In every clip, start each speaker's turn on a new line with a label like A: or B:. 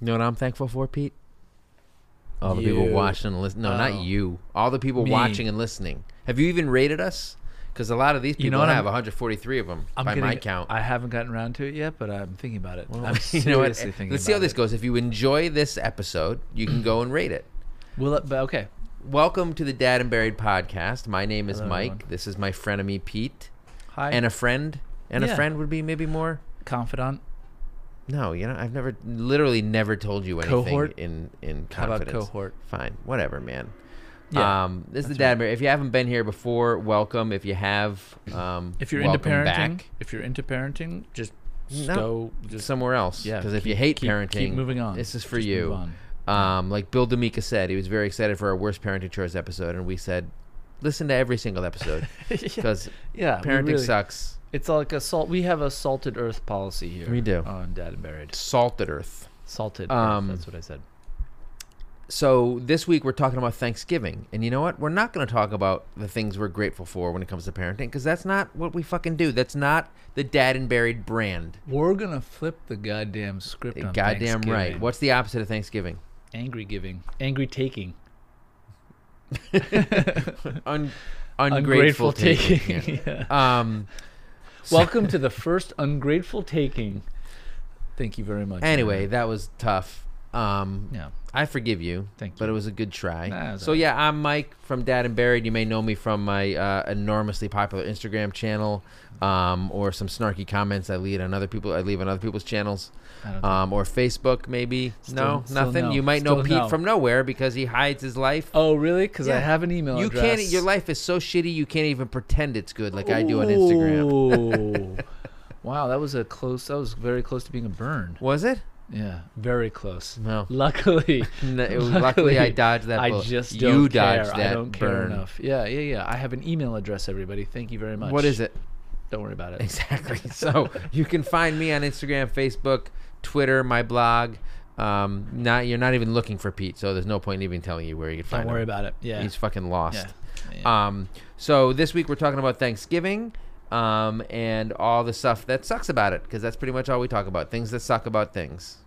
A: You know what I'm thankful for, Pete? All the people
B: You.
A: watching and listening. No,
B: Oh.
A: not you. All the people
B: Me.
A: watching and listening. Have you even rated us? Because a lot of these people
B: You know what
A: have
B: I'm-
A: 143 of them by
B: gonna
A: my
B: get-
A: count.
B: I haven't gotten around to it yet, but I'm thinking about it. I'm seriously
A: you know what?
B: thinking.
A: Let's see how
B: about
A: this
B: it.
A: goes. If you enjoy this episode, you can go and rate it.
B: Will it? But okay.
A: Welcome to the Dad and Buried podcast. My name is
B: Hello,
A: Mike.
B: everyone.
A: This is my frenemy Pete,
B: Hi.
A: and a friend. And
B: Yeah.
A: a friend would be maybe more.
B: confidant.
A: No, you know, I've never, literally, never told you anything
B: Cohort?
A: in in
B: How about
A: confidence.
B: cohort?
A: Fine, whatever, man.
B: Yeah.
A: um, this is the
B: that's
A: Dad and Bear. If you haven't been here before, welcome. If you have, um,
B: if you're into
A: welcome
B: parenting,
A: back
B: if you're into parenting, just
A: No.
B: go. Just
A: somewhere else.
B: yeah.
A: because if
B: keep-
A: you hate
B: keep-
A: parenting,
B: keep moving on.
A: This is for
B: Just
A: you.
B: move on.
A: Um, like Bill D'Amica said, he was very excited for our worst parenting chores episode, and we said, listen to every single episode because
B: Yeah. we
A: parenting
B: really-
A: sucks.
B: It's like a salt. We have a salted earth policy here.
A: We do.
B: on Dad and Buried.
A: Salted Earth.
B: Salted.
A: Um,
B: earth, that's what I said.
A: So this week we're talking about Thanksgiving, and you know what? We're not going to talk about the things we're grateful for when it comes to parenting because that's not what we fucking do. That's not the Dad and Buried brand.
B: We're gonna flip the goddamn script. on
A: Goddamn right.
B: Thanksgiving.
A: What's the opposite of Thanksgiving?
B: Angry giving. Angry taking.
A: Un-
B: Ungrateful,
A: ungrateful,
B: taking.
A: taking.
B: Yeah.
A: Yeah. Um.
B: Welcome to the first ungrateful taking. Thank you very much.
A: Anyway,
B: Aaron.
A: that was tough. Um.
B: yeah.
A: I forgive you.
B: Thank
A: But
B: you.
A: it was a good try.
B: Nah, it was
A: so
B: all right.
A: yeah, I'm Mike from Dad and Buried. You may know me from my uh, enormously popular Instagram channel, um, or some snarky comments I lead on other people. I leave on other people's channels,
B: I don't
A: um, or Facebook maybe. no,
B: Still- still
A: nothing.
B: no.
A: You might know
B: Still
A: Pete
B: no.
A: from nowhere because he hides his life.
B: oh, really? Because I
A: Yeah.
B: have an email
A: you
B: address.
A: can't. Your life is so shitty. You can't even pretend it's good like I do on Instagram.
B: Ooh. wow, that was a close. That was very close to being a burn.
A: Was it?
B: Yeah, very close.
A: No.
B: Luckily,
A: No, it was- luckily, I dodged that.
B: I
A: bullet.
B: just
A: you
B: don't
A: dodged
B: care.
A: that
B: I don't care
A: burn.
B: enough. Yeah, yeah, yeah. I have an email address. Everybody, thank you very much.
A: What is it?
B: Don't worry about it.
A: Exactly. So you can find me on Instagram, Facebook, Twitter, my blog. Um, not you're not even looking for Pete, so there's no point in even telling you where you can find
B: Don't worry
A: him.
B: about it. Yeah.
A: He's fucking lost.
B: yeah. yeah.
A: Um, so this week we're talking about Thanksgiving, um, and all the stuff that sucks about it, because that's pretty much all we talk about. Things that suck about things,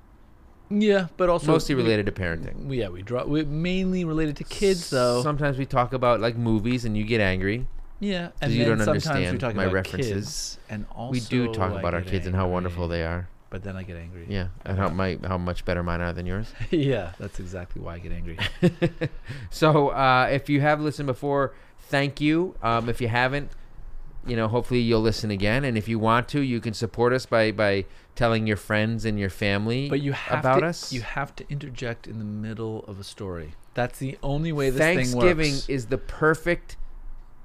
B: yeah, but also
A: mostly
B: we-
A: related to parenting.
B: we- Yeah, we draw. We mainly related to kids, though.
A: Sometimes we talk about like movies, and you get angry.
B: yeah, and
A: you don't
B: then sometimes we
A: understand
B: talk
A: my
B: about
A: references.
B: kids, and also
A: we do talk
B: I
A: about our
B: get
A: kids and how
B: angry,
A: wonderful they are.
B: But then I get angry.
A: Yeah, and how my how much better mine are than yours.
B: yeah, that's exactly why I get angry.
A: So uh, if you have listened before, thank you. Um, if you haven't, you know, hopefully you'll listen again. And if you want to, you can support us by by telling your friends and your family.
B: But you have
A: about
B: to,
A: us.
B: You have to interject in the middle of a story. That's the only way this
A: Thanksgiving
B: thing works.
A: is the perfect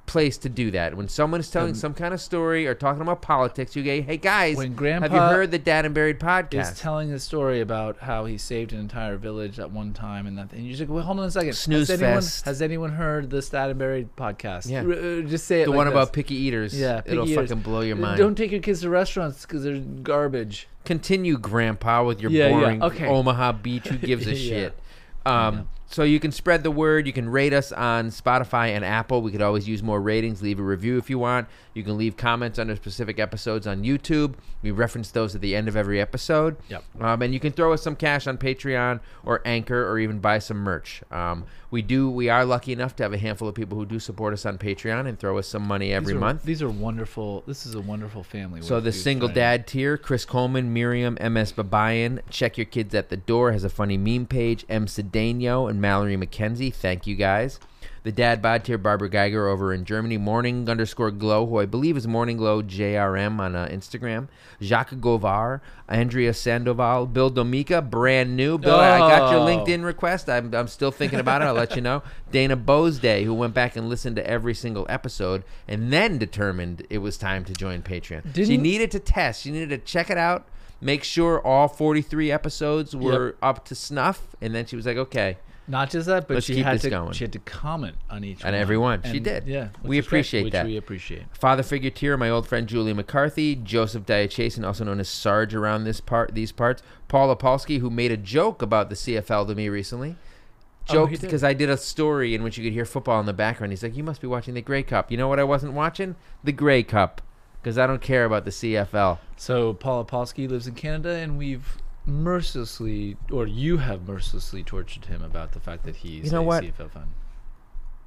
A: place to do that. When someone is telling
B: Um,
A: some kind of story or talking about politics, you go, "Hey guys,
B: when
A: have
B: Grandpa
A: you heard the Dad and Buried
B: is
A: podcast?"
B: telling a story about how he saved an entire village at one time and that thing. You're just like, well, hold on a second.
A: Snooze
B: has anyone,
A: fest.
B: Has anyone heard the Stat and Buried podcast?
A: Yeah.
B: R- uh, just say it
A: the
B: like
A: one
B: this.
A: about picky eaters.
B: Yeah,
A: it'll
B: picky eaters. Uh,
A: fucking blow your mind.
B: Don't take your kids to restaurants because they're garbage.
A: continue grandpa with your
B: Yeah, yeah,
A: boring
B: okay.
A: omaha beach who gives a
B: Yeah.
A: shit um, so you can spread the word you can rate us on spotify and apple we could always use more ratings leave a review if you want you can leave comments under specific episodes on youtube we reference those at the end of every episode
B: Yep.
A: um, and you can throw us some cash on patreon or anchor or even buy some merch um, we do we are lucky enough to have a handful of people who do support us on patreon and throw us some money every
B: These are-
A: month
B: These are wonderful. This is a wonderful family.
A: so
B: we've-
A: the
B: we've
A: single
B: tried.
A: dad tier, Chris Coleman, Miriam, MS Babayan, Check Your Kids at the Door has a funny meme page, M Sedano and Mallory McKenzie. Thank you guys. The dad bod tier, Barbara Geiger over in Germany, Morning underscore Glow, who I believe is Morning Glow JRM on uh, Instagram, Jacques Govar, Andrea Sandoval, Bill Domica, brand new. Bill, I got your
B: Oh.
A: LinkedIn request. I'm, I'm still thinking about it. I'll let you know. Dana Bosday, who went back and listened to every single episode and then determined it was time to join Patreon she
B: Didn't-
A: needed to test. She needed to check it out, make sure all 43 episodes were up to snuff, and then she was like, "Okay."
B: Not just that, but
A: Let's
B: she
A: keep
B: had
A: this
B: to
A: going.
B: she had to comment on each
A: On
B: one.
A: every one. She
B: And,
A: did. We
B: Yeah, which is great,
A: appreciate
B: which
A: that.
B: We appreciate.
A: Father figure tier, my old friend Julie McCarthy, Joseph Diachason, also known as Sarge around this part, these parts, Paul Opalski, who made a joke about the CFL to me recently.
B: Oh, he
A: Joked
B: did.
A: because I did a story in which you could hear football in the background. He's like, "You must be watching the Grey Cup." You know what I wasn't watching? The Grey Cup, because I don't care about the CFL.
B: So Paul Opolsky lives in Canada, and we've mercilessly, or you have mercilessly tortured him about the fact that he's
A: You know
B: a
A: what?
B: CFL fan.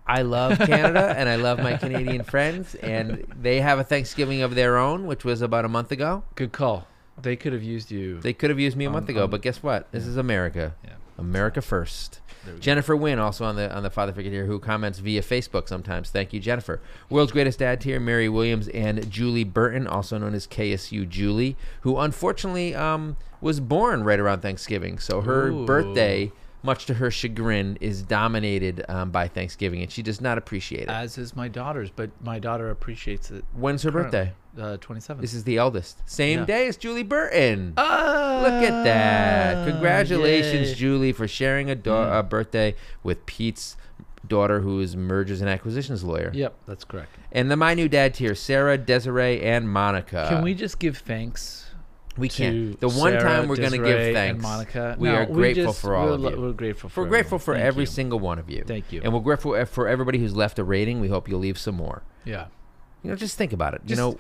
A: I love Canada and I love my Canadian friends, and they have a Thanksgiving of their own, which was about a month ago.
B: Good call. They could have used you.
A: They could have used me a
B: Um,
A: month ago,
B: um,
A: but guess what? This is America.
B: yeah.
A: America first.
B: There we go.
A: Jennifer Wynn, also on the on the Father Figure here, who comments via Facebook sometimes. Thank you, Jennifer. World's greatest dad here, Mary Williams and Julie Burton, also known as KSU Julie, who unfortunately um, was born right around Thanksgiving. So her
B: Ooh.
A: birthday, much to her chagrin, is dominated um, by Thanksgiving, and she does not appreciate it.
B: As is my daughter's, but my daughter appreciates it.
A: When's her birthday?
B: Uh, 27th.
A: This is the eldest. Same
B: Yeah.
A: day as Julie Burton.
B: Ah,
A: Look at that. Congratulations,
B: yay. Mm.
A: Julie, for sharing a, da- a birthday with Pete's daughter, who is mergers and acquisitions lawyer.
B: Yep, that's correct.
A: And the My New Dad tier, Sarah, Desiree, and Monica.
B: Can we just give thanks?
A: We
B: to
A: Uh, can't. The one
B: Sarah,
A: time we're going to
B: Desiree,
A: give
B: and
A: thanks.
B: Monica.
A: We
B: No,
A: are grateful
B: just-
A: for all
B: we're,
A: of
B: lo-
A: you.
B: We're grateful for
A: We're grateful for
B: everyone.
A: every
B: Thank
A: single one of you.
B: Thank you.
A: And we're grateful eh, for everybody who's left a rating. We hope you'll leave some more.
B: you. Yeah.
A: You know, just think about it.
B: Just-
A: you know,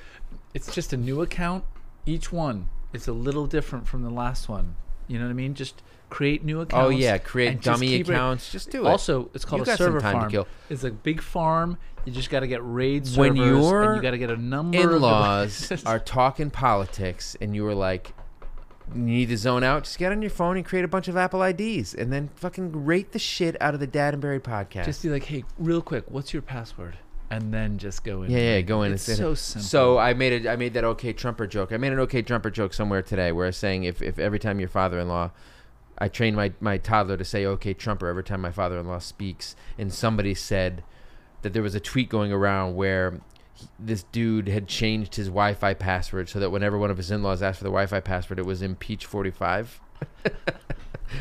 B: It's just a new account. Each one is a little different from the last one. You know what I mean? Just create new accounts.
A: oh yeah, create
B: and just
A: dummy
B: keep it-
A: accounts. Just do it.
B: Also, it's called
A: You
B: a
A: got some
B: server
A: time to
B: farm.
A: kill.
B: It's a big farm. You just got to get raid servers.
A: When
B: and
A: you're
B: you got to get a number of
A: in-laws
B: devices.
A: are talking politics and you were like you need to zone out just get on your phone and create a bunch of apple ids and then fucking rate the shit out of the dad and buried podcast
B: just be like, hey, real quick, what's your password? And then just go in.
A: yeah, yeah, go in.
B: It's
A: and
B: so
A: sit in.
B: simple.
A: So I made a, I made that okay Trumper joke. I made an okay Trumper joke somewhere today, where I was saying if, if every time your father-in-law, I trained my, my toddler to say okay Trumper every time my father-in-law speaks, and somebody said that there was a tweet going around where he- this dude had changed his Wi-Fi password so that whenever one of his in-laws asked for the Wi-Fi password, it was impeach forty five.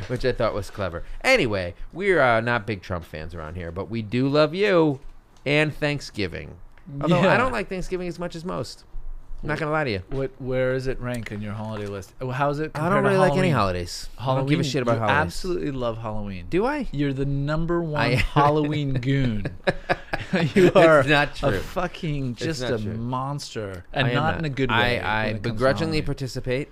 A: Which I thought was clever. Anyway, we're uh, not big Trump fans around here, but we do love you and Thanksgiving. Although I
B: Yeah.
A: don't like Thanksgiving as much as most. I'm not gonna lie to you.
B: What? Where is it rank on your holiday list? Oh, How's it?
A: I
B: compared
A: don't
B: to
A: really like any
B: Halloween?
A: holidays.
B: Halloween.
A: I don't give a shit about
B: you
A: holidays.
B: Absolutely love Halloween.
A: Do I?
B: You're the number one
A: I-
B: Halloween goon. you are
A: It's not
B: a
A: true.
B: fucking just
A: not
B: a
A: true.
B: monster, and
A: I am
B: not, in a good way.
A: I, I
B: when it comes to
A: begrudgingly
B: Halloween. Mm.
A: participate.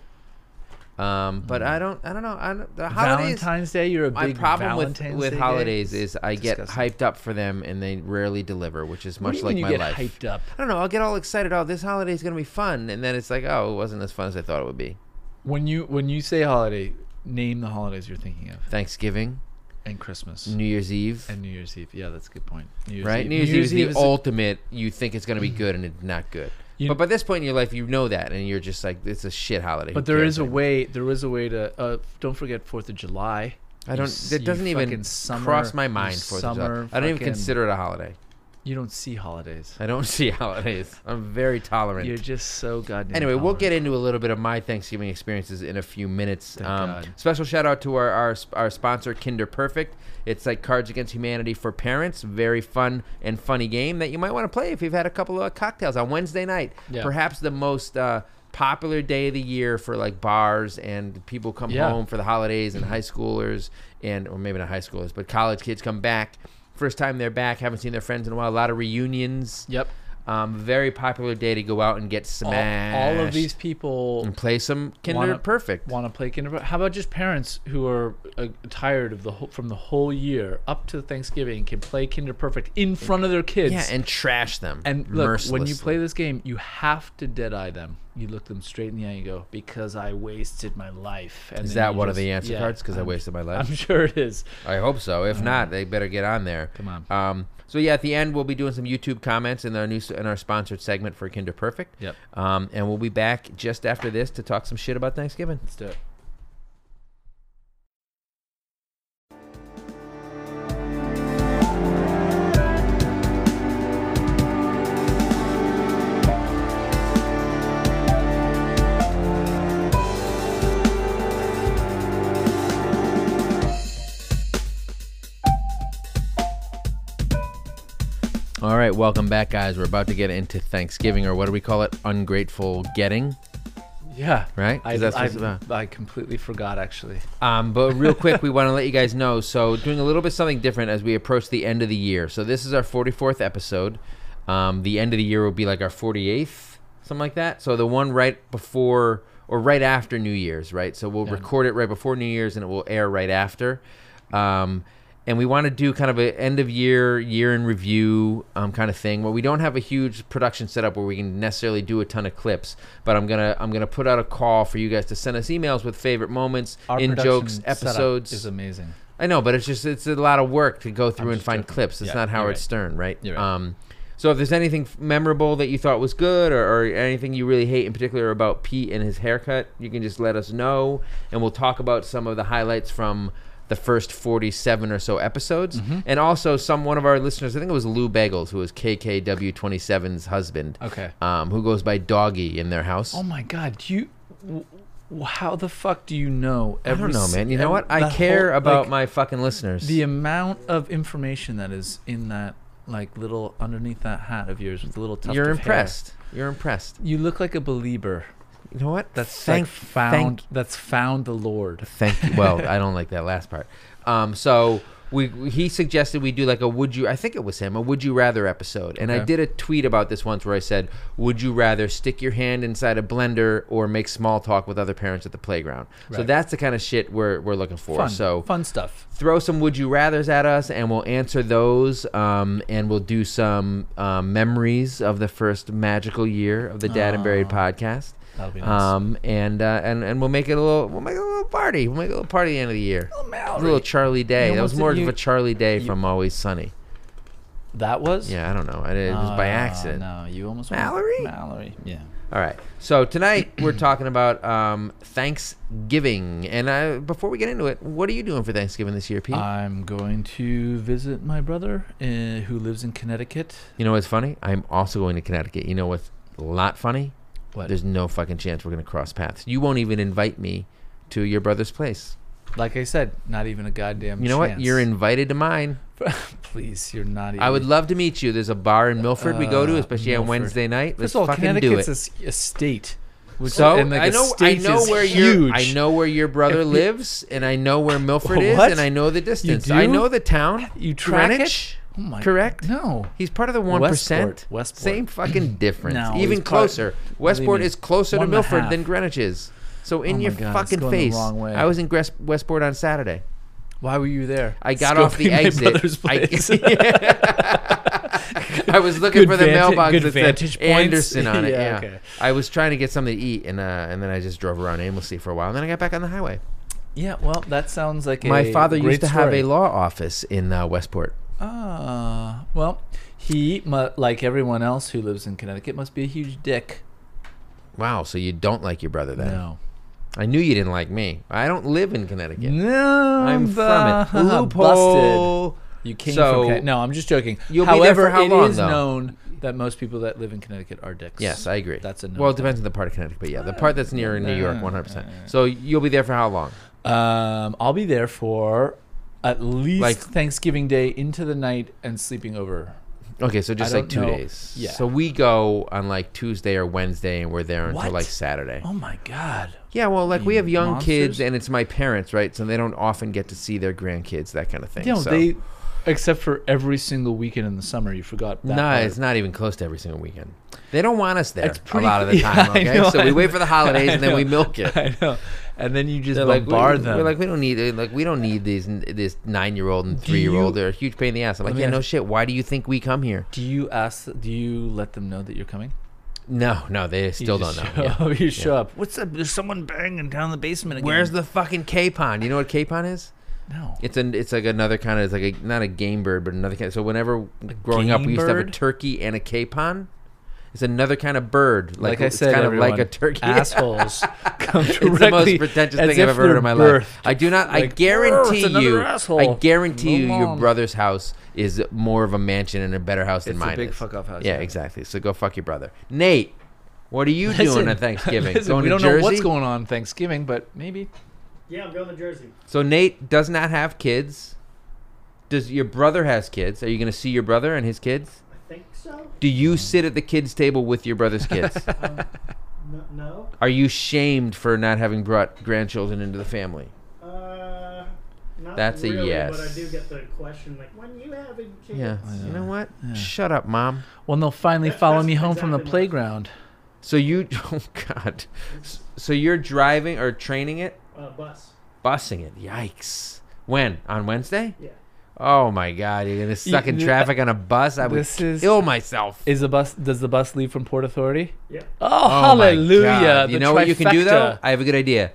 A: Um, but I don't. I don't know. I don't, the holidays.
B: Valentine's Day. You're a
A: my
B: big
A: problem
B: Valentine's
A: with, with
B: Day guy?
A: holidays is I
B: Disgusting.
A: get hyped up for them and they rarely deliver, which is
B: What
A: much
B: do you
A: like
B: mean
A: my
B: you get
A: life.
B: hyped up?
A: I don't know. I'll get all excited. Oh, this holiday is gonna be fun, and then it's like, oh, it wasn't as fun as I thought it would be.
B: When you when you say holiday, name the holidays you're thinking of,
A: Thanksgiving,
B: and Christmas,
A: New Year's Eve,
B: and New Year's Eve. Yeah, that's a good point. New Year's
A: Mm. right?
B: Eve.
A: New Year's, Eve is the
B: a-
A: ultimate. You think it's going to be good and it's not good.
B: You-
A: but by this point in your life, you know that, and you're just like, it's a shit holiday.
B: But there is a way. There is a way to. Uh, don't forget Fourth of July.
A: I don't.
B: s-
A: That
B: you
A: doesn't
B: fucking
A: even
B: summer-
A: cross my
B: you
A: mind. Fourth of July.
B: summer
A: I don't even
B: fucking-
A: consider it a holiday.
B: You don't see holidays.
A: I don't see holidays. I'm very tolerant.
B: You're just so goddamn.
A: Anyway, we'll
B: tolerant.
A: get into a little bit of my Thanksgiving experiences in a few minutes. Um,
B: Thank God.
A: Special shout out to our, our our sponsor, Kinder Perfect. It's like Cards Against Humanity for parents. Very fun and funny game that you might want to play if you've had a couple of cocktails on Wednesday night.
B: Yeah.
A: Perhaps the most uh, popular day of the year for like bars and people come
B: Yeah.
A: home for the holidays and high schoolers and or maybe not high schoolers, but college kids come back. First time they're back, haven't seen their friends in a while. A lot of reunions.
B: Yep.
A: Um, very popular day to go out and get
B: All,
A: smashed.
B: all of these people
A: and play some Kinder
B: Wanna-
A: Perfect.
B: want to play Kinder. Bueno. How about just parents who are uh, tired of the whole, from the whole year up to Thanksgiving can play Kinder Perfect in front of their kids?
A: Mm. yeah, and trash them.
B: And look, when you
A: mercilessly.
B: play this game, you have to dead eye them. You look them straight in the eye and you go, "Because I wasted my life." And
A: is
B: then
A: that
B: you
A: one of
B: just-
A: the answer
B: yeah,
A: cards? Because I
B: I'm-
A: wasted my life.
B: I'm sure it is.
A: I hope so. If not, they better get on there.
B: Come on.
A: Um, so yeah, at the end we'll be doing some YouTube comments in our new in our sponsored segment for Kinder Perfect.
B: Yep.
A: Um, and we'll be back just after this to talk some shit about Thanksgiving.
B: Let's do it.
A: All right, welcome back, guys. We're about to get into Thanksgiving, or what do we call it? Ungrateful getting,
B: Yeah.
A: right? 'Cause
B: I,
A: that's what
B: I,
A: it's about.
B: I completely forgot actually.
A: Um, but real quick, we want to let you guys know. So, doing a little bit something different as we approach the end of the year. So, this is our 44th episode. Um, the end of the year will be like our 48th, something like that. So, the one right before or right after New Year's, right? So we'll record it right before New Year's and it will air right after. Um, and we want to do kind of an end of year, year in review um, kind of thing where we don't have a huge production setup where we can necessarily do a ton of clips. But I'm gonna I'm gonna put out a call for you guys to send us emails with favorite moments, in jokes,
B: production setup
A: episodes.
B: is amazing.
A: I know, but it's just it's a lot of work to go through
B: I'm
A: and
B: just
A: find
B: joking.
A: clips. It's
B: Yeah,
A: not
B: you're
A: Howard
B: right.
A: Stern, right?
B: You're right.
A: Um, so if there's anything f- memorable that you thought was good, or, or anything you really hate in particular about Pete and his haircut, you can just let us know, and we'll talk about some of the highlights from the first 47 or so episodes.
B: Mm-hmm.
A: And also, some one of our listeners, I think it was Lou Bagels, who was KKW27's husband,
B: Okay.
A: um, who goes by Doggy in their house.
B: Oh my God, do you? w- w- How the fuck do you know?
A: I
B: Every
A: don't know,
B: s-
A: man. You know
B: ev-
A: what? I
B: that
A: care
B: whole-
A: about
B: like,
A: my fucking listeners.
B: the amount of information that is in that like little underneath that hat of yours with the little tuft
A: You're
B: of hair.
A: impressed. You're impressed.
B: You look like a believer.
A: You know what?
B: That's
A: Thank-
B: like found. that's found the Lord.
A: Thank you. Well, I don't like that last part. Um, so we he suggested we do like a would you I think it was him a would you rather episode, and I
B: Okay.
A: did a tweet about this once where I said would you rather stick your hand inside a blender or make small talk with other parents at the playground. So
B: Right.
A: that's the kind of shit we're we're looking for.
B: Fun.
A: so
B: fun stuff.
A: throw some would you rather's at us and we'll answer those um, and we'll do some um, memories of the first magical year of the dad and buried podcast
B: That'll be nice.
A: um, and, uh, and and we'll make it a little we'll make it a little party we'll make it a little party at the end of the year a little charlie day
B: You
A: that was
B: almost
A: more
B: didn't
A: of a
B: u-
A: charlie day
B: you-
A: from always sunny
B: That was.
A: yeah i don't know i did it was
B: Oh,
A: by accident
B: No, you almost
A: Mallory?
B: Mallory. Yeah.
A: all right so tonight we're talking about um, thanksgiving and I, before we get into it what are you doing for thanksgiving this year pete
B: I'm going to visit my brother uh, who lives in Connecticut.
A: You know what's funny? I'm also going to Connecticut. You know what's a lot funny?
B: What?
A: There's no fucking chance we're going to cross paths. You won't even invite me to your brother's place.
B: like I said, not even a goddamn.
A: You know what?
B: chance.
A: You're invited to mine.
B: Please, you're not. Even,
A: I would love to meet you. There's a bar in Milford we go to,
B: Uh,
A: especially on
B: Milford.
A: Wednesday night. Let's
B: First of all,
A: fucking do
B: Connecticut's
A: it.
B: a s- a, state. which-
A: So
B: and, like,
A: I
B: a
A: know I
B: state
A: know
B: is
A: where
B: huge.
A: your I know where your brother
B: If you-
A: lives, and I know where Milford is,
B: What?
A: and I know the distance.
B: do?
A: I know the town.
B: You track it?
A: Greenwich?
B: Oh my-
A: Correct.
B: No.
A: He's part of the one percent.
B: Westport, Westport.
A: Same fucking difference.
B: No,
A: Even
B: he's part-
A: closer. Westport
B: me,
A: is closer to
B: one and a
A: Milford
B: half.
A: than Greenwich is. So in
B: Oh my
A: your
B: God, it's
A: fucking
B: going the
A: face.
B: wrong way.
A: I was in Gres- Westport on Saturday.
B: Why were you there?
A: I got off the
B: Scoping my
A: exit.
B: brother's
A: I-
B: place.
A: I was looking
B: Good
A: for the
B: vantage-
A: mailbox
B: good
A: that
B: vantage
A: said
B: points.
A: Anderson on it.
B: Yeah,
A: yeah,
B: okay.
A: I was trying to get something to eat, and uh, and then I just drove around aimlessly for a while, and then I got back on the highway.
B: yeah. Well, that sounds like
A: My
B: a
A: father used
B: great
A: to have
B: story.
A: a law office in uh, Westport.
B: Ah, well, he mu- like everyone else who lives in Connecticut must be a huge dick.
A: Wow, so you don't like your brother then?
B: No,
A: I knew you didn't like me. I don't live in Connecticut.
B: no,
A: I'm from it.
B: bu-
A: Loophole.
B: Busted. You came
A: So-
B: from Connecticut. No, I'm just joking.
A: You'll be there
B: However,
A: for how
B: it
A: long,
B: is
A: though?
B: known that most people that live in Connecticut are dicks.
A: Yes, I agree.
B: That's a no
A: well. It depends on the part of Connecticut, but yeah, the part that's near New York, one hundred percent.
B: Uh,
A: So you'll be there for how long?
B: Um, I'll be there for at least
A: Like-
B: Thanksgiving Day into the night and sleeping over.
A: Okay, so just
B: I
A: like
B: don't
A: two
B: know.
A: days.
B: Yeah.
A: So we go on like Tuesday or Wednesday, and we're there until
B: What?
A: like Saturday.
B: Oh my god.
A: Yeah, well, like we
B: You
A: have young kids,
B: monsters.
A: and it's my parents, right? So they don't often get to see their grandkids, that kind of thing.
B: You know,
A: so.
B: they except for every single weekend in the summer, you forgot that.
A: no,
B: part.
A: it's not even close to every single weekend. They don't want us there
B: It's pretty-
A: a lot of the
B: yeah,
A: time.
B: I
A: Okay,
B: know,
A: so
B: I
A: we
B: know.
A: wait for the holidays and then
B: I
A: we
B: know.
A: milk it.
B: I know. And then you just
A: They're like, we,
B: bombard them.
A: we're like, we don't need it. Like, we don't need these this nine year old and three year old.
B: you-
A: They're a huge pain in the ass. I'm
B: Let
A: like,
B: me
A: yeah, no
B: ask-
A: shit. Why do you think we come here?
B: do you ask? Do you let them know that you're coming?
A: No, no, they still don't know. yeah.
B: know. you show up. What's up? There's someone banging down the basement again.
A: Where's the fucking capon? You know what capon is?
B: no?
A: It's an it's like another kind of it's like a, not a game bird, but another kind. So whenever growing up, we
B: game
A: used to have a
B: bird?
A: turkey and a capon. It's another kind of bird,
B: Like,
A: like,
B: I
A: it's
B: said,
A: kind of like a
B: everyone,
A: turkey.
B: Assholes come directly.
A: It's the most pretentious
B: as
A: thing
B: if
A: I've ever heard
B: they're
A: in my
B: birthed.
A: life. I do not. I
B: Like, "Oh, it's
A: guarantee
B: another
A: you. I
B: asshole."
A: guarantee you,
B: Move
A: your
B: on.
A: brother's house is more of a mansion and a better house than
B: It's a
A: mine.
B: big
A: is.
B: fuck-off house,
A: Yeah,
B: yeah.
A: exactly. So go fuck your brother, Nate. What are you doing
B: Listen,
A: at Thanksgiving?
B: listen,
A: going
B: we
A: to
B: don't
A: Jersey.
B: know what's going on Thanksgiving, but maybe
C: Yeah, I'm going to Jersey.
A: so Nate does not have kids. Does your brother has kids? Are you going to see your brother and his kids?
C: I think so.
A: Do you sit at the kids' table with your brother's kids?
C: Um, no, no.
A: are you shamed for not having brought grandchildren into the family?
C: Uh, not
A: That's a
C: really, But
A: yes.
C: I do get the question like, when you having kids?
A: Yeah.
B: I
A: You
B: know.
A: know what?
B: Yeah.
A: Shut up, mom.
B: well, they'll finally
C: That's-
B: follow
C: that's
B: me home from the
C: exactly what-
B: playground.
A: So you, oh God. S- So you're driving or training it,
C: uh, bus?
A: busing it. Yikes. When? On Wednesday?
C: Yeah.
A: Oh my God! You're gonna suck in
B: th-
A: traffic on a bus. I would
B: this is-
A: kill myself.
B: Is the bus? Does the bus leave from Port Authority?
C: Yeah.
B: Oh,
A: Oh my
B: hallelujah!
A: God. You
B: the
A: know what you can do though?
B: trifecta.
A: I have a good idea.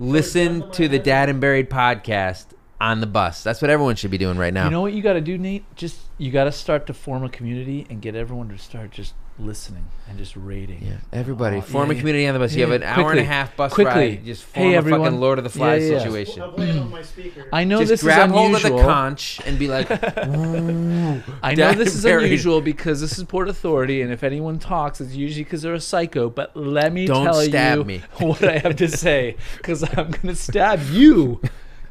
A: Listen to the Dad and Buried podcast on the bus. That's what everyone should be doing right now.
B: You know what you got to do, Nate? Just you got to start to form a community and get everyone to start just listening and just rating.
A: yeah, everybody
B: Oh,
A: form a
B: yeah, yeah.
A: community on the bus. you
B: Yeah,
A: have an
B: yeah.
A: hour and a
B: Quickly.
A: half bus
B: Quickly.
A: ride. Just
B: Hey,
A: form a fucking
B: everyone.
A: Lord of the Flies
B: Yeah, yeah.
A: situation.
C: I'll play it on my speaker.
B: I know
A: Just
B: this
A: grab
B: is
A: hold of
B: unusual.
A: the conch and be like, "Ooh,
B: I know
A: Dad
B: this
A: and
B: is
A: Buried."
B: unusual because this is Port Authority, and if anyone talks, it's usually because they're a psycho. But let me
A: Don't
B: tell
A: stab
B: you
A: me.
B: what I have to say because I'm gonna stab you.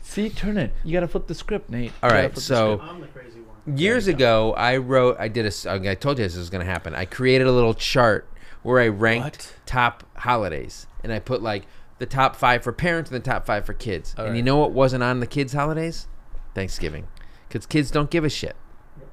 B: See, turn it. You gotta flip the script, Nate.
A: All
B: You gotta
A: right,
B: flip the
A: so-
B: script.
C: I'm the crazy one.
A: Years ago, I wrote, I did a, s- I told you this was going to happen. I created a little chart where I ranked top holidays. And I put like the top five for parents and the top five for kids.
B: All
A: and
B: right.
A: you know what wasn't on the kids' holidays? Thanksgiving. Because kids don't give a shit.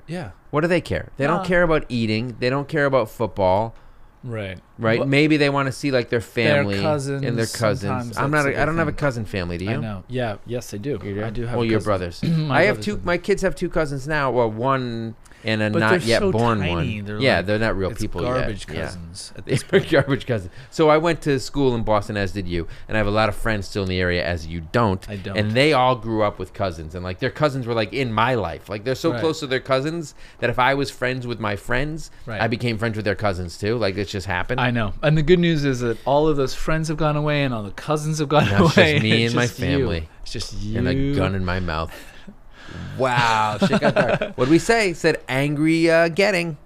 B: yeah,
A: What do they care? They don't
B: No.
A: care about eating. They don't care about football,
B: right,
A: right?
B: Well,
A: Maybe they want to see like their family
B: cousins,
A: and their cousins.
B: sometimes
A: I'm
B: that's
A: not.
B: a
A: A, I
B: good
A: don't have a
B: thing.
A: cousin family. Do you?
B: I know. Yeah, yes, I do.
A: You do?
B: I do have.
A: Well, your
B: cousins.
A: brothers.
B: My
A: I have
B: brothers
A: two.
B: do.
A: My kids have two cousins now. Well, one and a
B: But
A: not
B: they're
A: yet
B: so
A: born
B: tiny,
A: one.
B: they're
A: yeah,
B: like-
A: they're not real
B: it's
A: people
B: garbage
A: yet.
B: cousins. At
A: Yeah.
B: this
A: They're
B: point.
A: garbage cousins. So I went to school in Boston, as did you, and I have a lot of friends still in the area, as you don't.
B: I don't.
A: And they all grew up with cousins, and like their cousins were like in my life. Like they're so
B: Right.
A: close to their cousins that if I was friends with my friends,
B: Right.
A: I became friends with their cousins too. Like it just happened.
B: I know. And the good news is that all of those friends have gone away and all the cousins have gone
A: Now it's just
B: away.
A: me
B: It's
A: and my
B: just you.
A: family.
B: It's just you.
A: and a gun in my mouth. Wow, shit got dark. What did we say? Said angry uh, getting.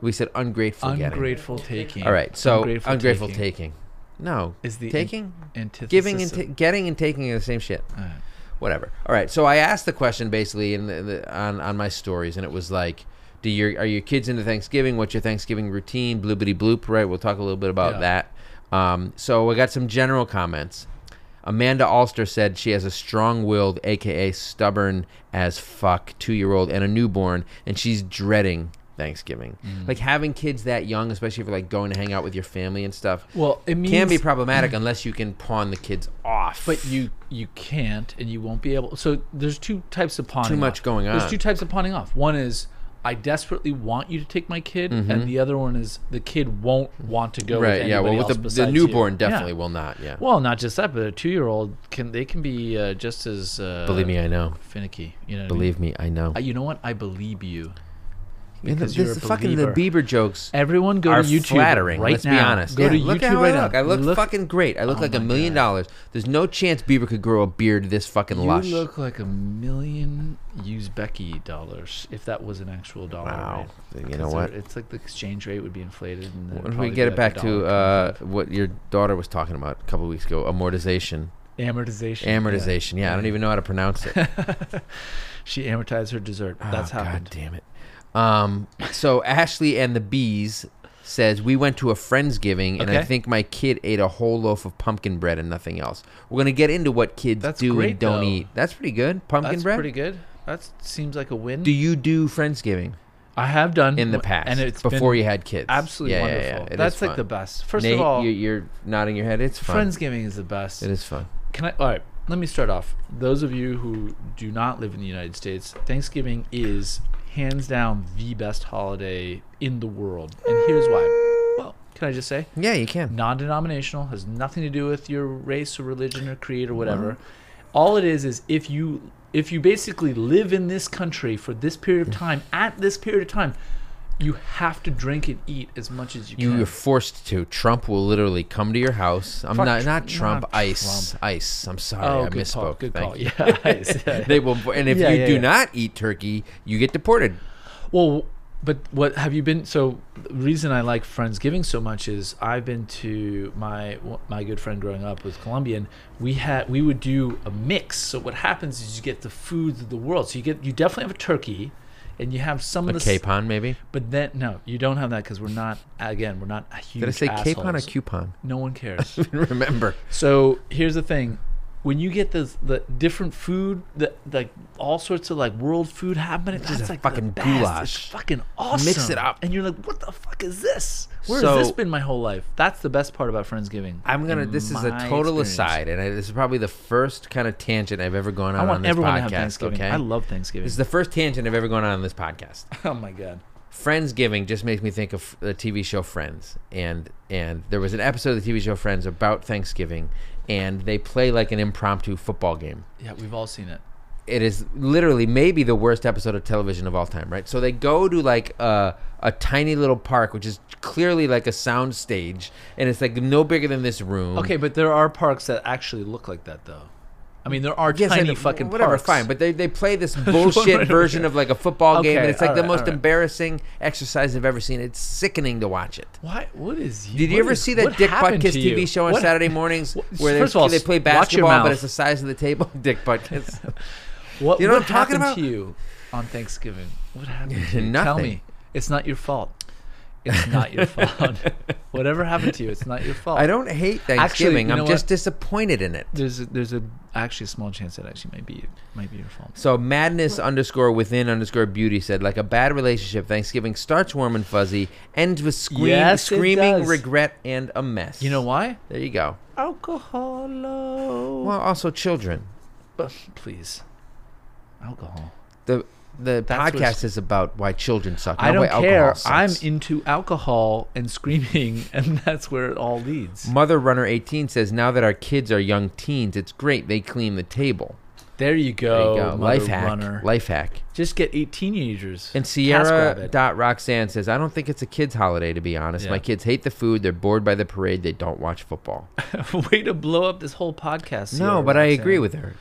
A: We said ungrateful getting.
B: Ungrateful taking.
A: All right, so ungrateful,
B: Ungrateful
A: taking.
B: taking.
A: No,
B: Is the
A: taking,
B: an- antithesis
A: giving, and
B: of-
A: ta- getting and taking are the same shit.
B: All right.
A: Whatever. All right, so I asked the question basically in the, the, on on my stories, and it was like. Do your are your kids into Thanksgiving? What's your Thanksgiving routine? Bloobity bloop, right? We'll talk a little bit about
B: Yeah.
A: that. Um, so I got some general comments. Amanda Alster said she has a strong willed, aka stubborn as fuck, two year old and a newborn, and she's dreading Thanksgiving.
B: Mm.
A: Like having kids that young, especially if you're like going to hang out with your family and stuff,
B: Well, it means
A: can be problematic unless you can pawn the kids off.
B: but you you can't and you won't be able. So there's two types of pawning.
A: Too much
B: off.
A: going on.
B: There's two types of pawning off. One is I desperately want you to take my kid, and the other one is the kid won't want to go.
A: Mm-hmm. right?
B: With
A: Yeah. Well,
B: anybody
A: with
B: else
A: the, the
B: besides
A: newborn,
B: you.
A: definitely
B: Yeah.
A: will not. Yeah.
B: Well, not just that, but a two-year-old can they can be uh, just as uh,
A: Believe me, I know.
B: finicky. You know, what I mean?
A: Believe me, I know.
B: I, you know what? I believe you.
A: Man,
B: because
A: the-
B: you're
A: this
B: a
A: fucking the
B: believer.
A: Bieber jokes.
B: Everyone go
A: are
B: to YouTube
A: flattering.
B: right
A: let's
B: now.
A: be honest.
B: Go to
A: Yeah, look
B: YouTube
A: how I
B: right
A: look.
B: now.
A: I look,
B: Look-
A: fucking great. I look
B: Oh
A: like a
B: my
A: million
B: God.
A: dollars. There's no chance Bieber could grow a beard this fucking
B: You
A: lush.
B: look like a million Uzbeki dollars if that was an actual dollar.
A: Wow.
B: rate.
A: You know
B: 'Cause
A: what?
B: they're- It's like the exchange rate would be inflated. And
A: Why don't we get it back to uh, what your daughter was talking about a couple of weeks ago? Amortization.
B: amortization. yeah.
A: Amortization. Yeah, I don't even know how to pronounce it.
B: She amortized her dessert. That's
A: oh, God
B: happened.
A: damn it. Um, so Ashley and the Bees says we went to a friendsgiving and I
B: Okay.
A: think my kid ate a whole loaf of pumpkin bread and nothing else. We're gonna get into what kids
B: That's
A: do and
B: great,
A: don't
B: though.
A: eat. That's pretty good. Pumpkin
B: That's
A: bread.
B: pretty good. That seems like a win.
A: Do you do friendsgiving?
B: I have done
A: in the
B: w-
A: past
B: and it's been
A: before you had kids.
B: absolutely
A: Yeah, yeah,
B: wonderful.
A: yeah. It is
B: That's like
A: fun.
B: the best. First
A: Nate,
B: of all,
A: you, you're nodding your head. It's fun.
B: friendsgiving is the best.
A: It is fun.
B: Can I? All right. Let me start off. Those of you who do not live in the United States, Thanksgiving is hands down the best holiday in the world, and here's why. Well, can I just say,
A: Yeah, you can.
B: non-denominational has nothing to do with your race or religion or creed or whatever.
A: Uh-huh.
B: All it is is if you if you basically live in this country for this period of time, at this period of time, you have to drink and eat as much as you,
A: You
B: can.
A: are forced to. Trump will literally come to your house. I'm
B: Fuck
A: not
B: Tr-
A: not Trump.
B: not Oh,
A: ice. Ice. I'm sorry. I
B: good
A: misspoke.
B: Call, good
A: Thank
B: call.
A: you.
B: Yeah, ice.
A: they will, and if
B: Yeah,
A: you
B: yeah,
A: do
B: yeah.
A: not eat turkey, you get deported.
B: Well, but what have you been? So, the reason I like Friendsgiving so much is I've been to my my good friend growing up was Colombian. We had we would do a mix. So what happens is you get the foods of the world. So you get you definitely have a turkey, and you have some
A: A
B: of the. s-
A: capon, maybe.
B: But then no, you don't have that because we're not again we're not a huge.
A: Did I say capon or
B: assholes.
A: coupon?
B: No one cares.
A: Remember,
B: so here's the thing. when you get the the different food, the like all sorts of like world food happening,
A: is
B: that's
A: a
B: like
A: fucking
B: the best. It's
A: goulash.
B: fucking awesome.
A: it up.
B: and you're like, what the fuck is this? Where
A: So-
B: has this been my whole life? That's the best part about friendsgiving.
A: I'm gonna.
B: in
A: This is a
B: my
A: total
B: experience.
A: aside, and I, this is probably the first kind of tangent I've ever gone on
B: I
A: on
B: want
A: this
B: everyone
A: podcast.
B: to have Thanksgiving.
A: Okay,
B: I love Thanksgiving.
A: this is the first tangent I've ever gone on on this podcast.
B: oh my god.
A: Friendsgiving just makes me think of the TV show Friends, and and there was an episode of the TV show Friends about Thanksgiving, and they play like an impromptu football game.
B: Yeah, we've all seen it.
A: It is literally maybe the worst episode of television of all time, right? So they go to like a a tiny little park, which is clearly like a sound stage, and it's like no bigger than this room.
B: Okay, but there are parks that actually look like that, though. I mean, there are
A: Yes, I
B: tiny
A: know.
B: fucking
A: whatever.
B: parks.
A: Fine, but they, they play this
B: right over
A: bullshit version
B: here.
A: of like a football game,
B: Okay,
A: and it's like the
B: alright,
A: most
B: alright.
A: embarrassing exercise I've ever seen. It's sickening to watch it.
B: Why? What is? You,
A: Did you
B: what
A: ever
B: is-
A: see
B: what
A: that Dick
B: happened
A: Butkus
B: to you?
A: TV show on
B: What-
A: Saturday mornings
B: what-
A: where they,
B: first of all,
A: they play
B: watch your
A: basketball, but
B: mouth.
A: it's the size of the table? Dick Butkus.
B: What,
A: You know what I'm
B: what
A: talking
B: happened
A: about?
B: to you on Thanksgiving? What happened? To you? Tell
A: Nothing.
B: me. It's not your fault. It's not your fault. Whatever happened to you, it's not your fault.
A: I don't hate
B: Oh. you
A: Thanksgiving.
B: know
A: I'm
B: what?
A: just disappointed in it.
B: There's a, there's a actually a small chance that actually might be might be your fault.
A: So madness underscore within underscore beauty said like a bad relationship. Thanksgiving starts warm and fuzzy, ends with scream,
B: Yes, it
A: screaming
B: does.
A: regret and a mess.
B: You know why?
A: There you go.
B: Alcohol.
A: Well, also children.
B: But please, alcohol.
A: the the
B: That's
A: podcast
B: what's-
A: is about why children suck.
B: I
A: not why
B: don't
A: alcohol
B: care.
A: sucks.
B: I'm into alcohol and screaming, and that's where it all leads.
A: Mother Runner 18 says now that our kids are young teens, it's great they clean the table.
B: There you
A: There
B: go.
A: you go.
B: mother
A: Life hack.
B: runner.
A: Life hack.
B: Just get eight teenagers.
A: And
B: grab
A: Sierra
B: it.
A: dot Roxanne says, I don't think it's a kids' holiday to be honest.
B: Yeah.
A: My kids hate the food. They're bored by the parade. They don't watch football.
B: Way to blow up this whole podcast.
A: no,
B: here,
A: but I
B: Roxanne.
A: agree with her.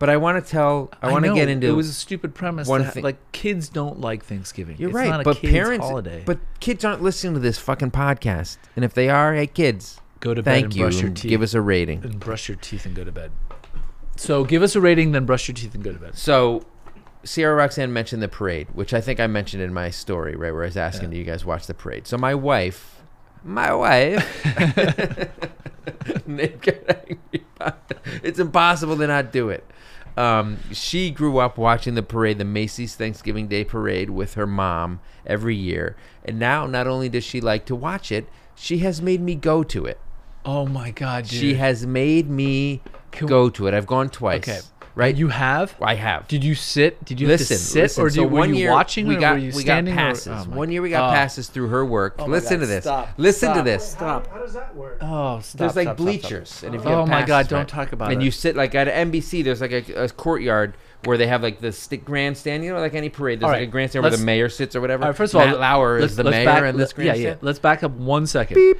A: But I want to tell. I, want to
B: know,
A: get into.
B: It was a stupid premise.
A: one
B: One
A: thing-
B: like kids don't like Thanksgiving.
A: you're
B: It's
A: right,
B: Not a
A: but
B: kids
A: parents.
B: holiday.
A: But kids aren't listening to this fucking podcast. And if they are, hey kids,
B: go to bed
A: thank
B: and
A: you.
B: brush your
A: and
B: teeth.
A: Give us a rating.
B: and brush your teeth and go to bed. So give us a rating, then brush your teeth and go to bed.
A: So, Sierra Roxanne mentioned the parade, which I think I mentioned in my story, right? Where I was asking, do you guys watch the parade? So, my wife, my wife, Nick got angry about that. it's impossible to not do it. Um, she grew up watching the parade, the Macy's Thanksgiving Day Parade, with her mom every year. And now, not only does she like to watch it, she has made me go to it.
B: Oh my God, dude.
A: She has made me
B: Can-
A: go to it. I've gone twice.
B: Okay.
A: Right?
B: You have?
A: I have.
B: Did you sit? Did you have
A: Listen,
B: to sit,
A: listen.
B: or do
A: so
B: you, were
A: one
B: you
A: year
B: watching?
A: we
B: or
A: got
B: were you
A: we got
B: standing? or-
A: passes.
B: oh my
A: one year we got
B: God.
A: passes through her work.
B: Oh my
A: Listen
B: God,
A: to this.
B: stop,
A: Listen
B: stop.
A: to this.
C: How, how does that
A: Uh,
C: work?
B: Oh, stop,
A: There's like
B: stop, stop, stop.
A: bleachers, and if you
B: Oh
A: have
B: my
A: passes,
B: God, don't
A: right,
B: talk about
A: and
B: it.
A: you sit like at NBC. There's like a, a courtyard where they have like the stick grandstand. You know, like any parade. There's
B: All
A: like
B: right,
A: a grandstand where the
B: let's-
A: mayor sits or whatever.
B: All right, first of all,
A: Matt Lauer
B: let's-
A: is the
B: let's
A: mayor
B: back-
A: in this
B: let- yeah, yeah.
A: grandstand.
B: Let's back up one second.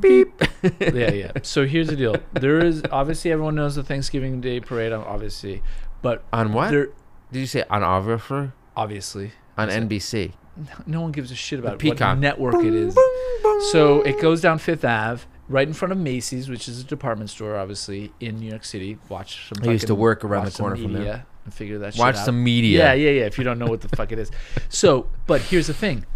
A: Beep.
B: yeah, yeah. So here's the deal. There is obviously everyone knows the Thanksgiving Day parade, obviously, but
A: On what?
B: there
A: Did you say on offer
B: obviously
A: on NBC?
B: no one gives a shit about
A: Peacock.
B: what network it is. So it goes down Fifth Ave, right in front of Macy's, which is a department store, obviously in New York City. Watch some.
A: I used
B: fucking-
A: to work around
B: watch
A: the
B: some
A: corner from there.
B: media And figure that. shit
A: Watch
B: out.
A: some media.
B: Yeah, yeah, yeah. If you don't know what the fuck it is, so but here's the thing.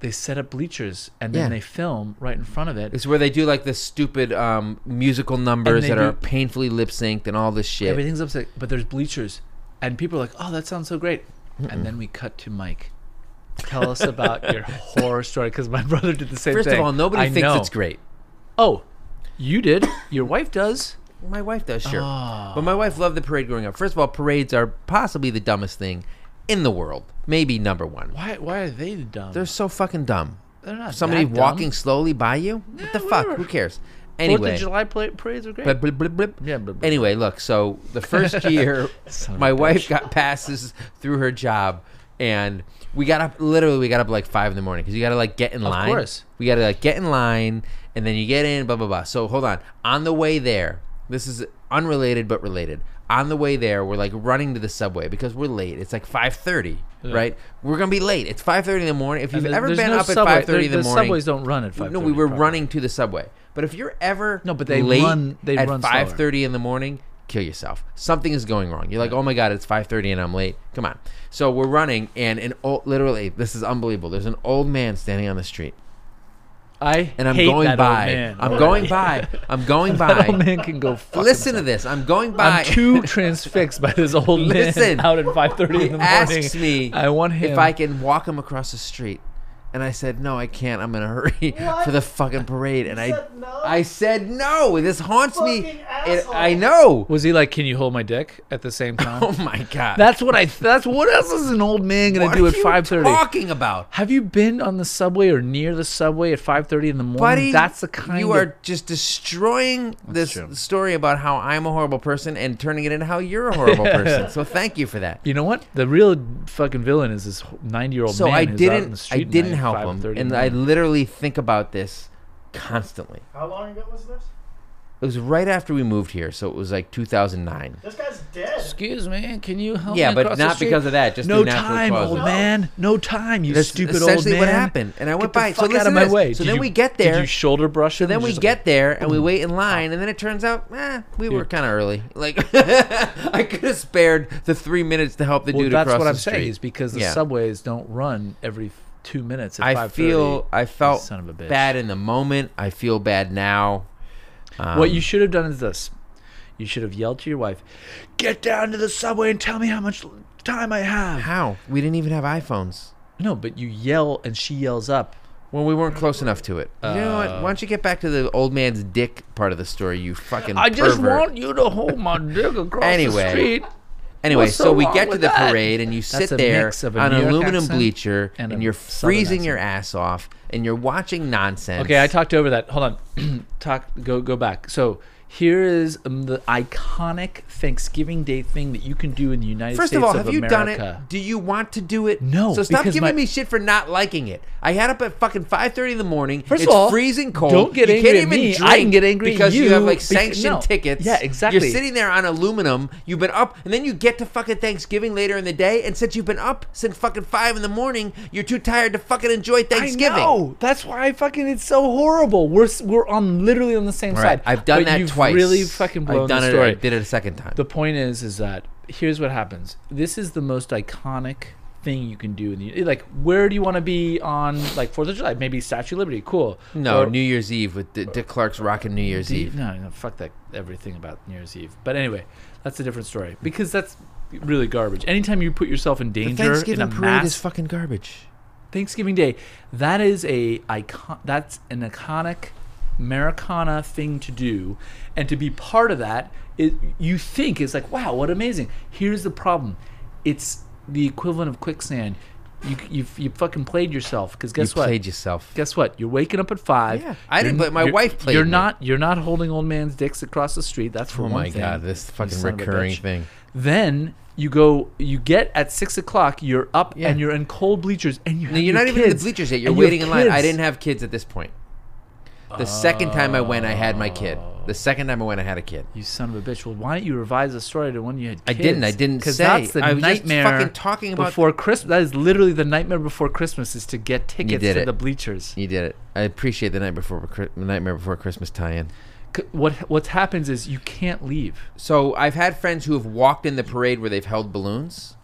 B: They set up bleachers and then
A: Yeah.
B: they film right in front of it.
A: It's where they do like the stupid um, musical numbers
B: they
A: that are
B: do-
A: painfully lip synced and all this shit.
B: Everything's upset, but there's bleachers, and people are like, "Oh, that sounds so great," and then we cut to Mike. Tell us about your horror story, because my brother did the same
A: First
B: thing.
A: of all, nobody
B: I
A: thinks
B: know.
A: it's great.
B: Oh, you did. Your wife does.
A: My wife does, sure.
B: Oh.
A: But my wife loved the parade growing up. First of all, parades are possibly the dumbest thing in the world. Maybe number one.
B: Why? Why are they dumb?
A: They're so fucking dumb.
B: They're not
A: Somebody
B: that dumb.
A: walking slowly by you? what the fuck?
B: whatever.
A: Who cares?
B: Fourth
A: Anyway.
B: of July play, parades are great.
A: Blip, blip, blip, blip.
B: Yeah, blip, blip.
A: Anyway, look. So the first year,
B: Son of
A: my
B: a
A: wife got passes through her job, and we got up. Literally, we got up like five in the morning because you got to like get in line.
B: course.
A: We got to like get in line, and then you get in. Blah blah blah. So hold on. On the way there, this is unrelated but related. On the way there, we're like running to the subway because we're late. It's like five thirty, right? We're gonna be late. It's five thirty in the morning. If you've
B: And there-
A: ever
B: there's
A: been
B: no
A: up at
B: subway.
A: five thirty in
B: There-
A: the morning,
B: subways don't run at five.
A: no, we were running to the subway. But if you're ever
B: No, but they
A: late
B: run- they
A: at
B: run slower.
A: five thirty in the morning, kill yourself. Something is going wrong. You're like, oh my god, it's five thirty and I'm late. Come on. So we're running, and an old, literally, this is unbelievable. There's an old man standing on the street,
B: I
A: and I'm
B: hate
A: going
B: that old
A: by.
B: man
A: I'm
B: already.
A: going by. I'm going
B: That old
A: by.
B: man can go. Fuck
A: Listen to
B: himself.
A: this. I'm going by.
B: I'm too transfixed by this old
A: Listen.
B: man out at 5:30 in the
A: He
B: morning.
A: asks me
B: I want him.
A: if I can walk him across the street, and I said no, I can't. I'm in a hurry
C: What?
A: for the fucking parade, and I.
C: said no?
A: I said no. This haunts me.
C: Fucking
A: It, I
C: asshole.
A: know.
B: was he like, "Can you hold my dick?" At the same time.
A: Oh my god.
B: That's what I. That's what else is an old man gonna
A: what
B: do
A: are
B: at
A: you
B: five thirty?
A: Talking about,
B: Have you been on the subway or near the subway at five thirty in the morning?
A: buddy.
B: that's the kind
A: you
B: of,
A: are just destroying this
B: true.
A: story about how I'm a horrible person and turning it into how you're a horrible person. So thank you for that.
B: You know what? The real fucking villain is this ninety year old
A: So
B: man.
A: I
B: who's out in the
A: didn't. I
B: street at
A: didn't
B: night,
A: help
B: 5:30
A: him,
B: in
A: and
B: the
A: I
B: morning.
A: literally think about this constantly.
C: How long ago was this?
A: It was right after we moved here, so it was like 2009.
C: This guy's dead.
B: Excuse me, can you help?
A: yeah,
B: me
A: but
B: Oh, across the
A: not
B: street?"
A: because of that. Just
B: No
A: through natural
B: time,
A: causes.
B: old
C: No.
B: man. No time, you
A: That's
B: stupid old man.
A: essentially what happened, and I went
B: Get the
A: by. So
B: fuck
A: listen
B: out of
A: to
B: my
A: this.
B: way.
A: So
B: Did
A: then
B: you-
A: we get
B: did
A: there.
B: you shoulder brush
A: So then we get there and we wait in line, and then it turns out, eh, we were kind of early. Like I could have spared the three minutes to help the
B: Well,
A: dude
B: that's
A: across
B: what
A: the
B: I'm
A: street.
B: saying is because the
A: Yeah.
B: subways don't run every f- two minutes. At
A: I
B: 5:30.
A: feel I felt
B: son of a bitch.
A: bad in the moment. I feel bad now. Um,
B: What you should have done is this. You should have yelled to your wife, "Get down to the subway and tell me how much l- time I have."
A: How we didn't even have iPhones.
B: No, but you yell and she yells up.
A: Well, we weren't close enough to it. you know what? Why don't you get back to the old man's dick part of the story? You fucking.
B: I just
A: pervert.
B: want you to hold my dick across
A: Anyway.
B: the street.
A: Anyway,
B: What's
A: so,
B: so
A: we
B: wrong
A: get to
B: with
A: the
B: that?
A: parade and you
B: That's
A: sit
B: a
A: there
B: mix of a
A: on
B: New
A: an
B: York
A: aluminum
B: accent
A: bleacher
B: and
A: and,
B: a
A: you're
B: Southern
A: freezing your ass off and you're watching nonsense.
B: Okay, I talked over that. Hold on. Talk. Go. Go back. So here is um, the iconic Thanksgiving Day thing that you can do in the United
A: First
B: States
A: of all, have you done
B: America.
A: it? Do you want to do it?
B: No,
A: So stop
B: because
A: giving
B: my-
A: me shit for not liking it. I had up at fucking five thirty in the morning.
B: First
A: it's
B: of all,
A: freezing cold.
B: don't get
A: you
B: angry
A: can't
B: at
A: even
B: me. I
A: Drink
B: can get angry at
A: because you,
B: you
A: have like
B: beca-
A: sanctioned
B: no.
A: tickets.
B: Yeah, exactly.
A: You're sitting there on aluminum. You've been up, and then you get to fucking Thanksgiving later in the day, and since you've been up since fucking five in the morning, you're too tired to fucking enjoy Thanksgiving.
B: I know. That's why I fucking it's so horrible. We're s- we're on literally on the same
A: All
B: side.
A: right, I've done
B: But
A: that
B: you've
A: twice.
B: Really fucking blown
A: I've done
B: the
A: it.
B: story.
A: I did it a second time.
B: The point is, is that here's what happens. This is the most iconic thing you can do in the like. Where do you want to be on like Fourth of July? Maybe Statue of Liberty. Cool.
A: no,
B: Or-
A: New Year's Eve with D- Dick Clark's rocking New Year's
B: Do you-
A: Eve.
B: No, no, fuck that. Everything about New Year's Eve. But anyway, that's a different story because that's really garbage. Anytime you put yourself in
A: The
B: danger in a
A: Thanksgiving parade
B: mass
A: is fucking garbage.
B: Thanksgiving Day, that is a icon. That's an iconic Americana thing to do, and to be part of that, it, you think is like, wow, what amazing. Here's the problem, it's the equivalent of quicksand. You you you fucking played yourself because guess
A: you
B: what?
A: played yourself.
B: guess what? You're waking up at five.
A: Yeah, I didn't
B: You're-
A: play- my
B: you're-
A: wife played
B: You're
A: me.
B: not. You're not holding old man's dicks across the street. That's for
A: Oh
B: one
A: my
B: thing,
A: God, this
B: you
A: fucking
B: son of a
A: recurring
B: bitch.
A: thing.
B: Then you go. You get at six o'clock. You're up
A: Yeah.
B: and you're in cold bleachers and you.
A: No, you're not even in the bleachers yet. You're waiting in line. I didn't have kids at this point. The second time I went, I had my kid.
B: Oh.
A: The second time I went, I had a kid.
B: You son of a bitch. Well, why don't you revise the story to when you had?
A: I
B: Kids?
A: didn't. I didn't
B: Because
A: say.
B: that's the
A: I was just
B: nightmare.
A: fucking talking about-
B: before Christmas. That is literally the nightmare before Christmas is to get tickets
A: did
B: to
A: it.
B: the bleachers.
A: You did it. I appreciate the night before Chri- the nightmare before Christmas tie-in.
B: C- What what happens is you can't leave.
A: So I've had friends who have walked in the parade where they've held balloons.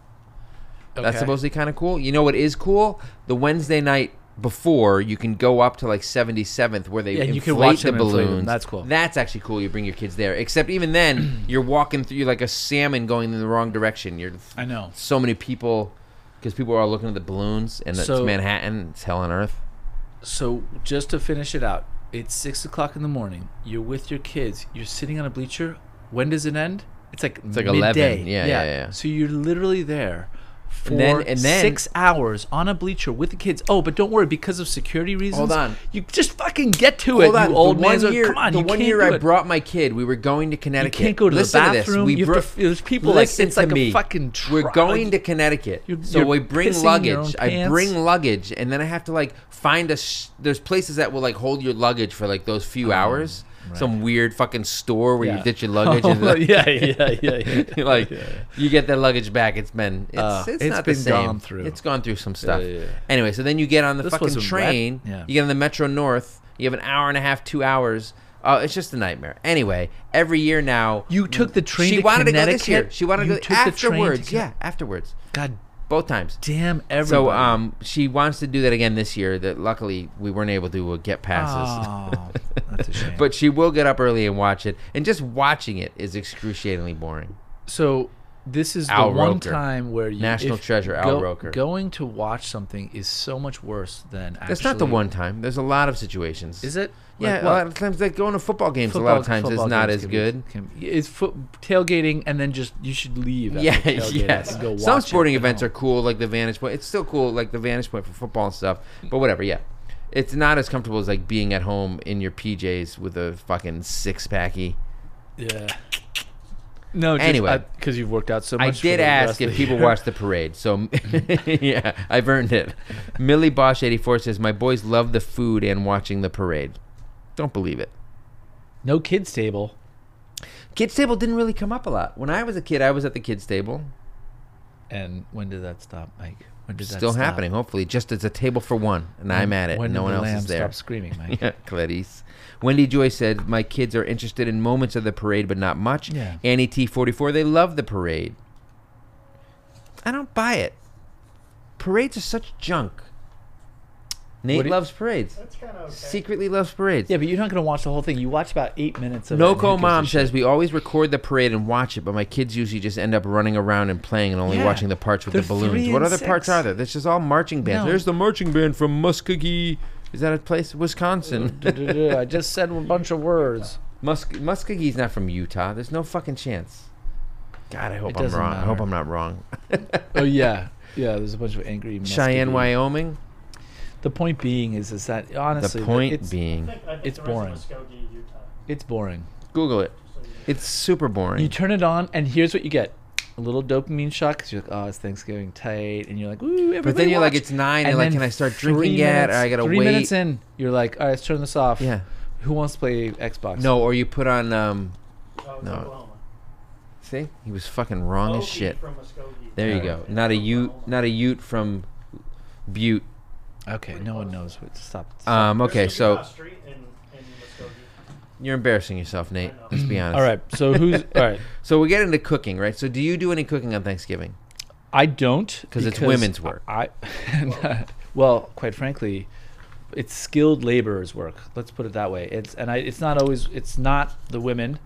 A: That's
B: Okay.
A: supposedly kind of cool. You know what is cool? The Wednesday night before, you can go up to like 77th where they
B: Yeah,
A: inflate
B: you can watch
A: the
B: them inflate them.
A: balloons.
B: That's cool.
A: That's actually cool. You bring your kids there. Except even then, you're walking through you're like a salmon going in the wrong direction. You're
B: I know.
A: so many people because people are all looking at the balloons and it's
B: So-
A: Manhattan. It's hell on earth.
B: So just to finish it out, it's six o'clock in the morning. You're with your kids. You're sitting on a bleacher. When does it end? It's like it's
A: like 11. Yeah, yeah, yeah.
B: So you're literally there for
A: And then- and then-
B: six hours on a bleacher with the kids. Oh, but don't worry because of security reasons.
A: on.
B: You just fucking get to it, you old
A: the one
B: man.
A: year,
B: Come on,
A: the
B: you
A: one
B: can't
A: year
B: do
A: I
B: it.
A: brought my kid, we were going to Connecticut.
B: can't go to the
A: Listen
B: bathroom.
A: To this. We
B: You have
A: bro-
B: to- there's people like-
A: Listen
B: it's like
A: to
B: a
A: me.
B: fucking tri-
A: We're going
B: like-
A: to Connecticut,
B: You're-
A: so
B: you're
A: we bring
B: pissing your own
A: luggage. I
B: pants.
A: bring luggage, and then I have to like find a. Sh- there's places that will like hold your luggage for like those few hours. Some weird fucking store where
B: Oh, Yeah.
A: you ditch your luggage. and
B: Oh, yeah, yeah, yeah, yeah.
A: like you get that luggage back. It's been it's,
B: Uh,
A: it's,
B: it's
A: not the
B: been
A: same.
B: gone through.
A: It's gone through some stuff.
B: yeah, yeah.
A: Anyway, so then you get on the
B: This
A: fucking
B: wasn't rat-
A: train.
B: yeah.
A: You get on the Metro North. You have an hour and a half, two hours. Oh, it's just a nightmare. Anyway, every year now
B: You took the train
A: She
B: to
A: wanted to go this year.
B: Connecticut?
A: She wanted
B: You
A: to
B: took
A: go
B: the train to
A: afterwards.
B: Conne-
A: yeah, afterwards.
B: God
A: both times.
B: Damn everybody.
A: So um, she wants to do that again this year. That luckily we weren't able to uh, get passes.
B: Oh, that's a shame.
A: But she will get up early and watch it, and just watching it is excruciatingly boring.
B: so this is
A: Al
B: the one
A: Roker.
B: time where you,
A: National
B: if
A: treasure, Al Roker.
B: Going to watch something is so much worse than actually.
A: That's not the one time. There's a lot of situations.
B: Is it?
A: yeah,
B: Like
A: a
B: what?
A: lot of times, like going to football games, a lot
B: Football-
A: of times is
B: football
A: not
B: games
A: as
B: can be-
A: good.
B: can- it's foot, tailgating, and then just you should leave. After
A: Yeah,
B: tailgating
A: yes.
B: and go watch
A: Some
B: it
A: sporting
B: at
A: events
B: home.
A: are cool, like the Vantage Point. It's still cool, like the Vantage Point for football and stuff. But whatever, yeah. It's not as comfortable as like being at home in your PJs with a fucking six packy.
B: Yeah. No. Just,
A: Anyway.
B: because you've worked out so much.
A: I
B: for
A: did
B: the
A: ask
B: rest of
A: if
B: the
A: people
B: year.
A: watched the parade, so yeah, I've earned it. Millie Bosch eighty four says my boys love the food and watching the parade. Don't believe it.
B: No kids table.
A: Kids table didn't really come up a lot. When I was a kid, I was at the kids table.
B: And when did that stop, Mike? When did that
A: Still
B: stop?
A: happening, hopefully. Just it's a table for one, and I'm at it.
B: When
A: and no
B: did
A: one
B: the
A: else
B: lamb
A: is there.
B: Stop screaming, Mike.
A: Yeah, Clarice. Wendy Joy said, My kids are interested in moments of the parade, but not much.
B: Yeah.
A: Annie T44, they love the parade. I don't buy it. Parades are such junk. Nate
B: What do you-
A: loves parades.
C: That's kind of okay.
A: Secretly loves parades.
B: Yeah, but you're not going to watch the whole thing. You watch about eight minutes of it. and who
A: Noco
B: gives a
A: Mom
B: shit?
A: says we always record the parade and watch it, but my kids usually just end up running around and playing and only
B: Yeah.
A: watching the parts with
B: They're
A: the balloons.
B: three
A: What
B: and
A: other parts
B: six.
A: are there? This is all marching bands.
B: No.
A: There's the marching band from Muskogee. Is that a place? Wisconsin.
B: I just said a bunch of words.
A: Musk Muscogee's not from Utah. There's no fucking chance. God, I hope
B: It
A: I'm
B: doesn't
A: wrong. I hope
B: matter.
A: I'm not wrong.
B: Oh yeah, yeah. There's a bunch of angry. Muskogee.
A: Cheyenne, Wyoming.
B: The point being is, is that
A: The
B: honestly,
A: point
B: it's,
C: I
A: being,
C: think, uh, I think
B: It's
C: there is a
B: boring.
C: Muskogee, Utah.
B: it's boring.
A: Google it.
C: So you-
A: It's super boring.
B: You turn it on, and here's what you get: a little dopamine shot because you're like, oh, it's Thanksgiving tight, and you're like, ooh, everybody.
A: but then you're like,
B: watch."
A: it's nine, and, like,
B: then
A: can I start
B: three
A: drinking yet? Or I gotta
B: three
A: wait.
B: minutes in, you're like, all right, let's turn this off.
A: Yeah.
B: Who wants to play Xbox?
A: No, or you put on. um
C: oh,
A: No.
C: Oklahoma.
A: See, he was fucking wrong as
C: Okie
A: shit.
C: From Muskogee.
A: There you go. Not a Ute. Not a Ute from Butte.
B: Okay, no one knows. What, stop. stop.
A: Um.
C: There's a
A: Okay, so
C: Utah street in, in Muskogee.
A: you're embarrassing yourself, Nate. Let's be honest.
B: all right. So who's all right?
A: So we get into cooking, right? So do you do any cooking on Thanksgiving?
B: I don't
A: 'Cause it's women's work.
B: I well, quite frankly, it's skilled laborers' work. Let's put it that way. It's and I. It's not always. It's not the women.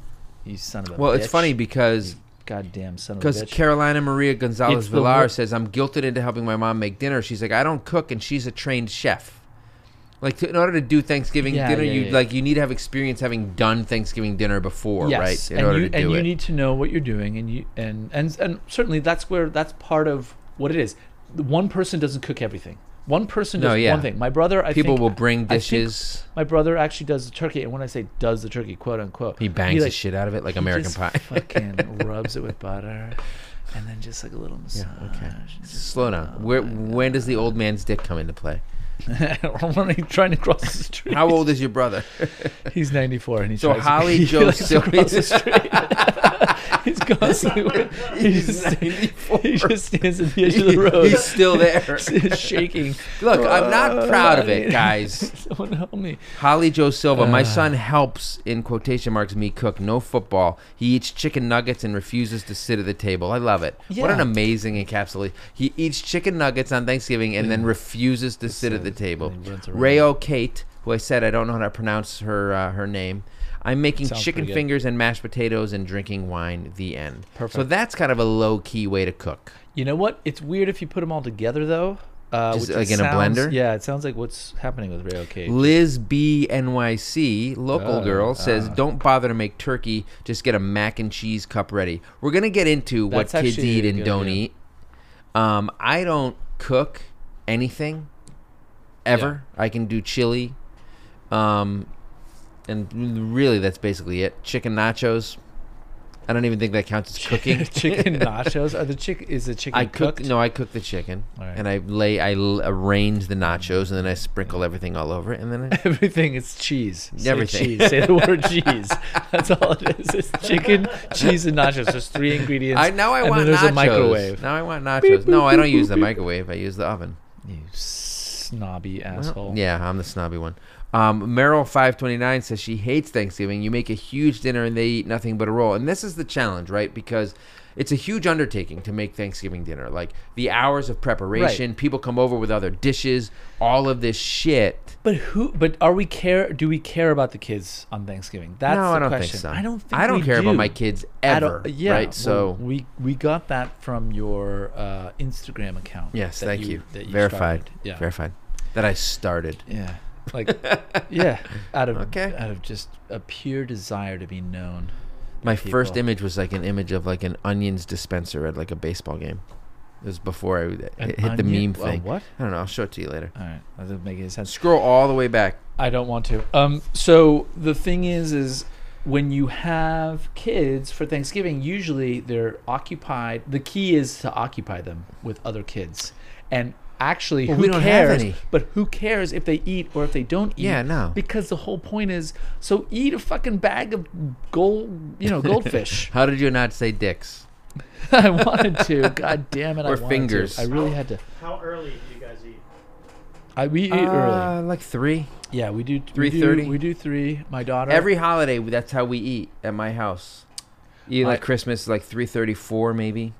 B: You son of a.
A: Well, it's
B: bitch.
A: funny because
B: Goddamn son of a
A: Because
B: bitch.
A: Carolina Maria Gonzalez
B: It's the
A: Villar
B: wor-
A: says, I'm guilted into helping my mom make dinner. She's like, I don't cook, and she's a trained chef. Like, to, in order to do Thanksgiving
B: Yeah,
A: dinner,
B: yeah,
A: you
B: yeah.
A: like you need to have experience having done Thanksgiving dinner before, right? In
B: and
A: order
B: you
A: to
B: and
A: do
B: you
A: it.
B: need to know what you're doing, and you and and and certainly that's where that's part of what it is. The One person doesn't cook everything. One person
A: No,
B: does
A: yeah.
B: one thing. My brother, I
A: People
B: think-
A: will bring
B: I think
A: dishes.
B: My brother actually does the turkey, and when I say does the turkey, quote unquote,
A: He bangs the
B: like,
A: shit out of it like
B: He
A: American
B: just
A: Pie.
B: fucking rubs it with butter, and then just like a little massage.
A: okay.
B: and just- oh
A: Slow down. Where, when does the old man's dick come into play?
B: when he's trying to cross the street.
A: How old is your brother?
B: He's 94, and he's
A: So Holly Joe Silva-
B: cross the street. he's constantly. He
A: He's
B: just,
A: 94.
B: he just stands at the edge of the road.
A: He's still there.
B: shaking. Uh,
A: Look, I'm not proud of it, guys.
B: Someone help me.
A: Holly Joe Silva, my
B: Ah.
A: son helps in quotation marks me cook. No football. He eats chicken nuggets and refuses to sit at the table. I love it. What an
B: Yeah.
A: amazing encapsulation. He eats chicken nuggets on Thanksgiving and
B: Mm.
A: then refuses to sit at the
B: sit,
A: table.
B: and he runs around.
A: Rayo Kate, who I said I don't know how to pronounce her uh, her name. I'm making
B: Sounds
A: chicken
B: pretty good.
A: fingers and mashed potatoes and drinking wine. The end. So
B: Perfect.
A: that's kind of a low key way to cook.
B: You know what? It's weird if you put them all together, though. Uh,
A: Just
B: which
A: like
B: it
A: in a
B: sounds-
A: blender?
B: Yeah, it sounds like what's happening with Rayo Cage.
A: Liz B NYC local
B: Oh,
A: girl says,
B: ah.
A: "Don't bother to make turkey. Just get a mac and cheese cup ready." We're gonna get into
B: That's
A: what kids
B: actually
A: eat
B: a
A: and
B: good
A: don't
B: idea.
A: eat. Um, I don't cook anything ever. I can do chili, um, and really that's basically it. Chicken nachos. I don't even think that counts as cooking.
B: chicken nachos. Are the chick? Is the chicken
A: I cook
B: cooked?
A: no, I cook the chicken,
B: All right.
A: and I lay, I l- arrange the nachos, and then I sprinkle everything all over it, and then I,
B: Everything is cheese. Say
A: Everything.
B: cheese. Say the word cheese. That's all it is. It's chicken, cheese, and nachos. There's three ingredients.
A: I now I
B: and
A: want
B: then there's
A: nachos.
B: a microwave.
A: Now I want nachos. no, I don't use the microwave. I use the oven.
B: You snobby
A: Well,
B: asshole.
A: yeah, I'm the snobby one. Um, Meryl529 says she hates Thanksgiving. You make a huge dinner and they eat nothing but a roll. And this is the challenge, right? Because it's a huge undertaking to make Thanksgiving dinner. Like the hours of preparation, people come over with other dishes, all of this shit.
B: But who? But are we care? Do we care about the kids on Thanksgiving? That's
A: no,
B: the
A: I don't
B: question.
A: think so.
B: I don't. Think
A: I don't
B: we
A: care about
B: do.
A: my kids
B: I
A: ever.
B: don't- Yeah.
A: Right.
B: well,
A: so
B: we we got that from your uh, Instagram account.
A: yes,
B: that
A: thank you.
B: that
A: Verified.
B: started. Yeah.
A: Verified. That I started.
B: Yeah. Like, yeah. Out of
A: Okay.
B: out of just a pure desire to be known.
A: My
B: people.
A: first image was like an image of like an onions dispenser at like a baseball game. It was before I hit
B: An
A: the
B: onion-
A: meme
B: a
A: thing.
B: what?
A: I don't know. I'll show it to you later.
B: All right. That doesn't make any sense.
A: Scroll all the way back.
B: I don't want to. Um, so the thing is, is when you have kids for Thanksgiving, usually they're occupied. The key is to occupy them with other kids, and actually,
A: Well,
B: who
A: we don't have
B: cares?
A: any.
B: But who cares if they eat or if they don't eat?
A: Yeah, no.
B: Because the whole point is, so eat a fucking bag of gold, you know, goldfish.
A: How did you not say dicks?
B: I wanted to. God damn it! I
A: Or
B: wanted to.
A: fingers.
B: I really had to.
C: How early do you guys eat?
B: I, we eat early.
A: Uh, like three.
B: Yeah, we do. we do-
A: 3:30?
B: We do three. My daughter.
A: Every holiday, that's how we eat at my house. You
B: My-
A: like Christmas, like three thirty-four, maybe.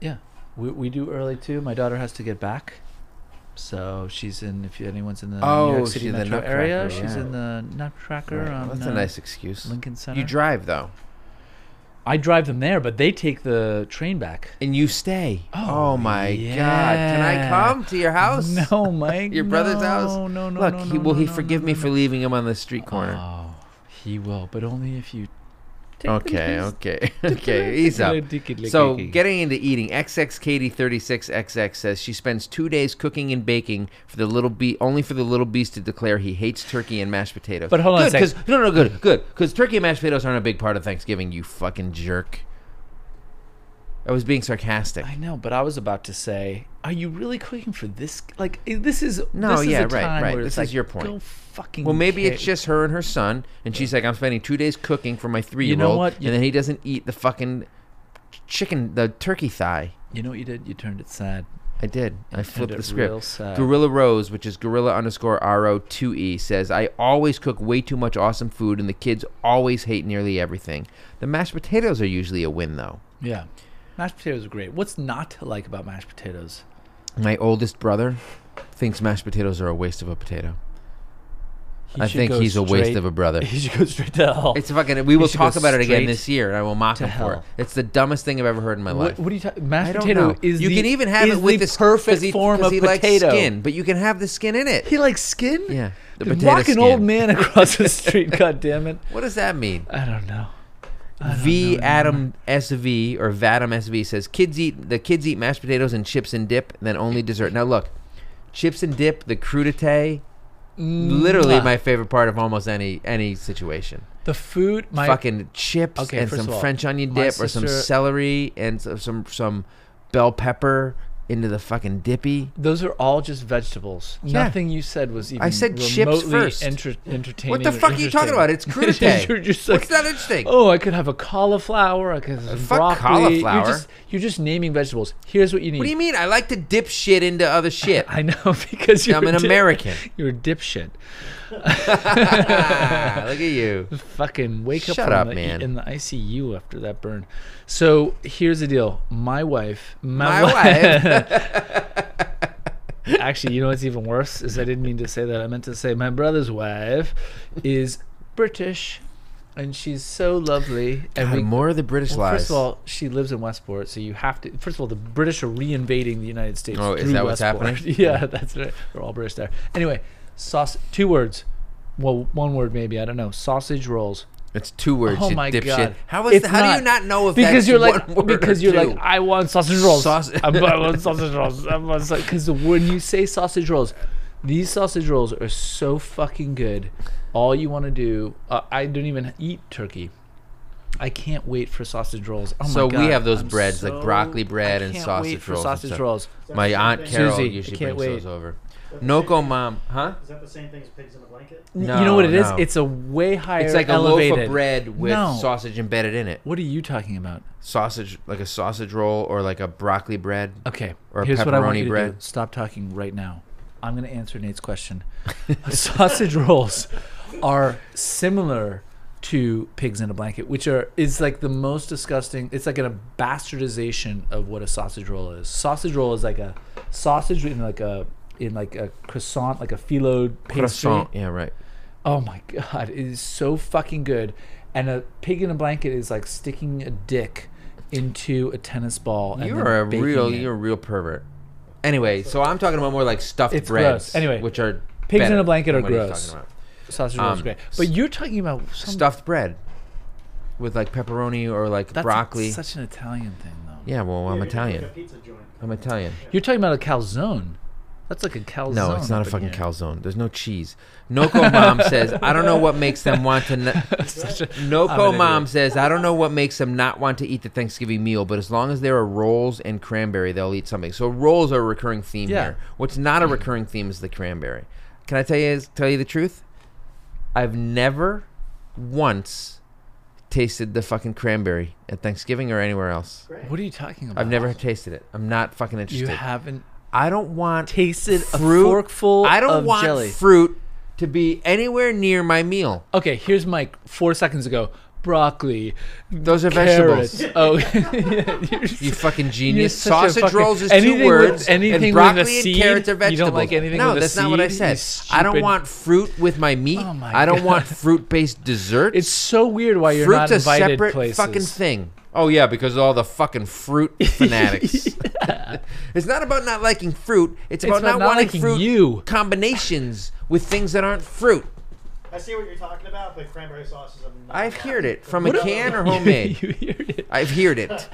B: Yeah, we, we do early too. My daughter has to get back, so she's in. If anyone's in the New
A: Oh,
B: York City
A: she's in the
B: metro area,
A: Nutcracker, oh,
B: she's
A: yeah.
B: in the Nutcracker.
A: Right,
B: On,
A: that's
B: uh,
A: a nice excuse.
B: Lincoln Center.
A: You drive though,
B: I drive them there, but they take the train back.
A: and you stay.
B: Oh,
A: Oh, my God! Can I
B: yeah.
A: come to your house?
B: No, Mike.
A: Your brother's
B: no,
A: house?
B: No, no,
A: Look,
B: no,
A: he,
B: no,
A: will
B: no,
A: he
B: no,
A: forgive
B: no,
A: me
B: no.
A: for leaving him on the street corner?
B: Oh, he will, but only if you. Take
A: okay, okay, okay. He's up. So, getting into eating, XX Katie 36XX says she spends two days cooking and baking for the little bee, only for the little beast to declare he hates turkey and mashed potatoes.
B: But hold on a
A: good,
B: sec.
A: 'cause- no, no, good, good, because turkey and mashed potatoes aren't a big part of Thanksgiving. You fucking jerk. I was being sarcastic.
B: I know, but I was about to say, are you really cooking for this? Like, i- this is
A: No,
B: This
A: yeah,
B: is a
A: right,
B: time
A: right.
B: Where
A: This
B: it's
A: is
B: like,
A: your point.
B: Go fucking.
A: Well, maybe
B: care.
A: it's just her and her son, and she's like, "I'm spending two days cooking for my three-year-old,"
B: what?
A: and then he doesn't eat the fucking chicken, the turkey thigh.
B: You know what you did? You turned it sad.
A: I did. I
B: turned
A: flipped
B: it
A: the script.
B: real sad.
A: Gorilla Rose, which is gorilla underscore ro two e, says I always cook way too much awesome food, and the kids always hate nearly everything. The mashed potatoes are usually a win, though.
B: Yeah, mashed potatoes are great. What's not to like about mashed potatoes?
A: My oldest brother thinks mashed potatoes are a waste of a potato.
B: He
A: I
B: should
A: think
B: go
A: he's a waste
B: straight-
A: of a brother.
B: He should go straight to hell.
A: It's fucking. We will
B: should
A: talk
B: go
A: about it again
B: straight
A: this year, and I will mock
B: to
A: him for it.
B: hell.
A: It's the dumbest thing I've ever heard in my
B: what,
A: life.
B: what are you talking? Mashed
A: I don't
B: potato
A: know.
B: is
A: you
B: the,
A: can even have
B: is
A: it with
B: the
A: this
B: perfect
A: 'cause he,
B: form
A: 'cause
B: of
A: he likes
B: potato.
A: skin, but you can have the skin in it.
B: He likes skin.
A: Yeah, the
B: Just
A: potato
B: walk an old
A: skin.
B: man across the street. God damn it!
A: What does that mean?
B: I don't know. I don't know,
A: V
B: dude.
A: Adam SV or Vadam SV says kids eat the kids eat mashed potatoes and chips and dip, then only dessert. Now look, chips and dip, the crudité, literally
B: Mwah.
A: my favorite part of almost any any situation.
B: the food. My
A: Fucking chips
B: Okay,
A: and
B: first
A: some
B: of all,
A: French onion
B: my
A: dip or some
B: sister-
A: celery and some, some some bell pepper into the fucking dippy.
B: Those are all just vegetables.
A: Yeah.
B: Nothing you said was even.
A: said chips
B: remotely
A: first.
B: Enter- entertaining.
A: What the
B: or
A: fuck are you talking
B: interesting.
A: about? It's crudité.
B: You're just
A: What's
B: like,
A: that interesting?
B: oh, I could have a cauliflower. I could have some
A: fuck
B: broccoli.
A: cauliflower.
B: You're just, you're just naming vegetables. Here's what you need.
A: What do you mean? I like to dip shit into other shit.
B: I know because you're
A: I'm an
B: a dip-
A: American.
B: You're a dipshit.
A: Ah, look at you.
B: Fucking wake up,
A: Shut
B: from
A: up,
B: the,
A: man.
B: in the ICU after that burn. So here's the deal. My wife,
A: My
B: my,
A: wife.
B: actually, you know what's even worse is I didn't mean to say that. I meant to say my brother's wife is British, and she's so lovely. And
A: God,
B: we,
A: more of the British
B: well,
A: lies.
B: first of all, she lives in Westport, so you have to. First of all, the British are reinvading the United States.
A: Oh, is
B: through
A: that what's
B: Westport.
A: happening?
B: yeah, that's right. They're all British there. Anyway, sauce. Two words. Well, one word maybe. I don't know. Sausage rolls.
A: it's two words.
B: Oh
A: you
B: my
A: dipshit.
B: god!
A: How is
B: It's
A: how do you not know if
B: because
A: that's
B: you're like
A: one word
B: because
A: or
B: you're
A: two?
B: like oh I want sausage rolls.
A: Saus-
B: I bu- I want sausage rolls. I want because when you say sausage rolls, these sausage rolls are so fucking good. All you want to do, uh, I don't even eat turkey. I can't wait for sausage rolls. Oh
A: So
B: my
A: we
B: God,
A: have those
B: I'm
A: breads, like
B: so-
A: broccoli bread
B: I
A: and
B: can't
A: sausage
B: wait for
A: rolls and
B: Sausage
A: stuff.
B: rolls.
A: My aunt
C: Susie,
A: Carol
B: I
A: usually
B: can't
A: brings
B: wait.
A: those over.
C: Is that the
A: Noco
C: same-
A: mom, huh?
C: Is that the same thing as pigs in a blanket?
B: you know what it is?
A: No, no.
B: It's a way higher.
A: It's like
B: elevated.
A: a loaf of bread with
B: No.
A: sausage embedded in it.
B: What are you talking about?
A: Sausage, like a sausage roll or like a broccoli bread.
B: Okay.
A: Or
B: here's what I want
A: pepperoni
B: you to do.
A: bread.
B: Stop talking right now. I'm going to answer Nate's question. Sausage rolls are similar to pigs in a blanket, which are is like the most disgusting. It's like an bastardization of what a sausage roll is. Sausage roll is like a sausage in like a in like a croissant, like a phyllo pastry.
A: Croissant. Yeah, right.
B: Oh my god, it is so fucking good. And a pig in a blanket is like sticking a dick into a tennis ball. and then
A: You're a
B: baking
A: real,
B: it.
A: you're a real pervert. Anyway, so I'm talking about more like stuffed
B: It's
A: breads.
B: gross. Anyway,
A: which are
B: pigs in
A: better
B: a blanket
A: than
B: are
A: what he's
B: gross.
A: talking about.
B: sausage rolls
A: um,
B: great. But you're talking about some,
A: Stuffed bread with like pepperoni or like
B: that's
A: broccoli.
B: Such an Italian thing, though.
A: yeah, well, I'm
C: Yeah, you can make
A: Italian.
C: a pizza joint.
A: I'm Italian.
B: You're talking about a calzone. That's like a calzone.
A: No, it's not a
B: up in
A: fucking
B: here.
A: calzone. There's no cheese. Noco mom says, I don't know what makes them want to. N-
B: Such a- I'm an
A: Noco
B: idiot.
A: mom says, I don't know what makes them not want to eat the Thanksgiving meal, but as long as there are rolls and cranberry, they'll eat something. So rolls are a recurring theme
B: Yeah.
A: here. What's not a recurring theme is the cranberry. Can I tell you tell you the truth? I've never once tasted the fucking cranberry at Thanksgiving or anywhere else.
C: Great.
B: What are you talking about?
A: I've never tasted it. I'm not fucking
B: You
A: interested.
B: haven't
A: I don't want
B: tasted
A: Fruit?
B: a forkful
A: I don't
B: of
A: want
B: jelly.
A: fruit to be anywhere near my meal.
B: okay, here's Mike. Four seconds ago, broccoli,
A: Those are
B: carrots.
A: vegetables.
B: Oh, yeah, you're
A: You
B: so-
A: fucking
B: You're
A: genius.
B: such a
A: Sausage
B: fucking-
A: rolls is
B: anything
A: two
B: with-
A: words.
B: anything with
A: and
B: a
A: broccoli
B: seed?
A: and carrots are
B: You don't
A: vegetables.
B: like anything
A: no,
B: with a
A: that's not what I
B: seed?
A: said.
B: You
A: I don't
B: stupid-
A: want fruit with my meat.
B: Oh my
A: I don't
B: God.
A: want fruit-based desserts.
B: It's so weird why you're
A: Fruit's
B: not
A: a
B: invited
A: separate
B: places.
A: fucking thing. Oh yeah, because of all the fucking fruit fanatics. it's not about not liking fruit. It's, about,
B: about
A: not,
B: not
A: wanting
B: liking
A: fruit
B: you.
A: combinations with things that aren't fruit.
C: I see what you're talking about, but cranberry sauce is a. Oh,
A: I've heard it from
B: What
A: a
B: about-
A: can or homemade.
B: you hear it.
A: I've heard it.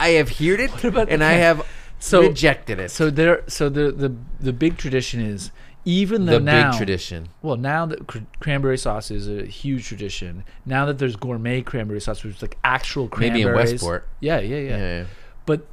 A: I have heard it,
B: about the
A: and I
B: can?
A: have
B: So-
A: rejected it.
B: So there, so the the the big tradition is even though
A: the
B: now
A: big tradition.
B: Well, now that cr- cranberry sauce is a huge tradition, now that there's gourmet cranberry sauce, which is like actual
A: Maybe
B: cranberries.
A: in Westport.
B: Yeah, yeah, yeah.
A: Yeah. yeah.
B: But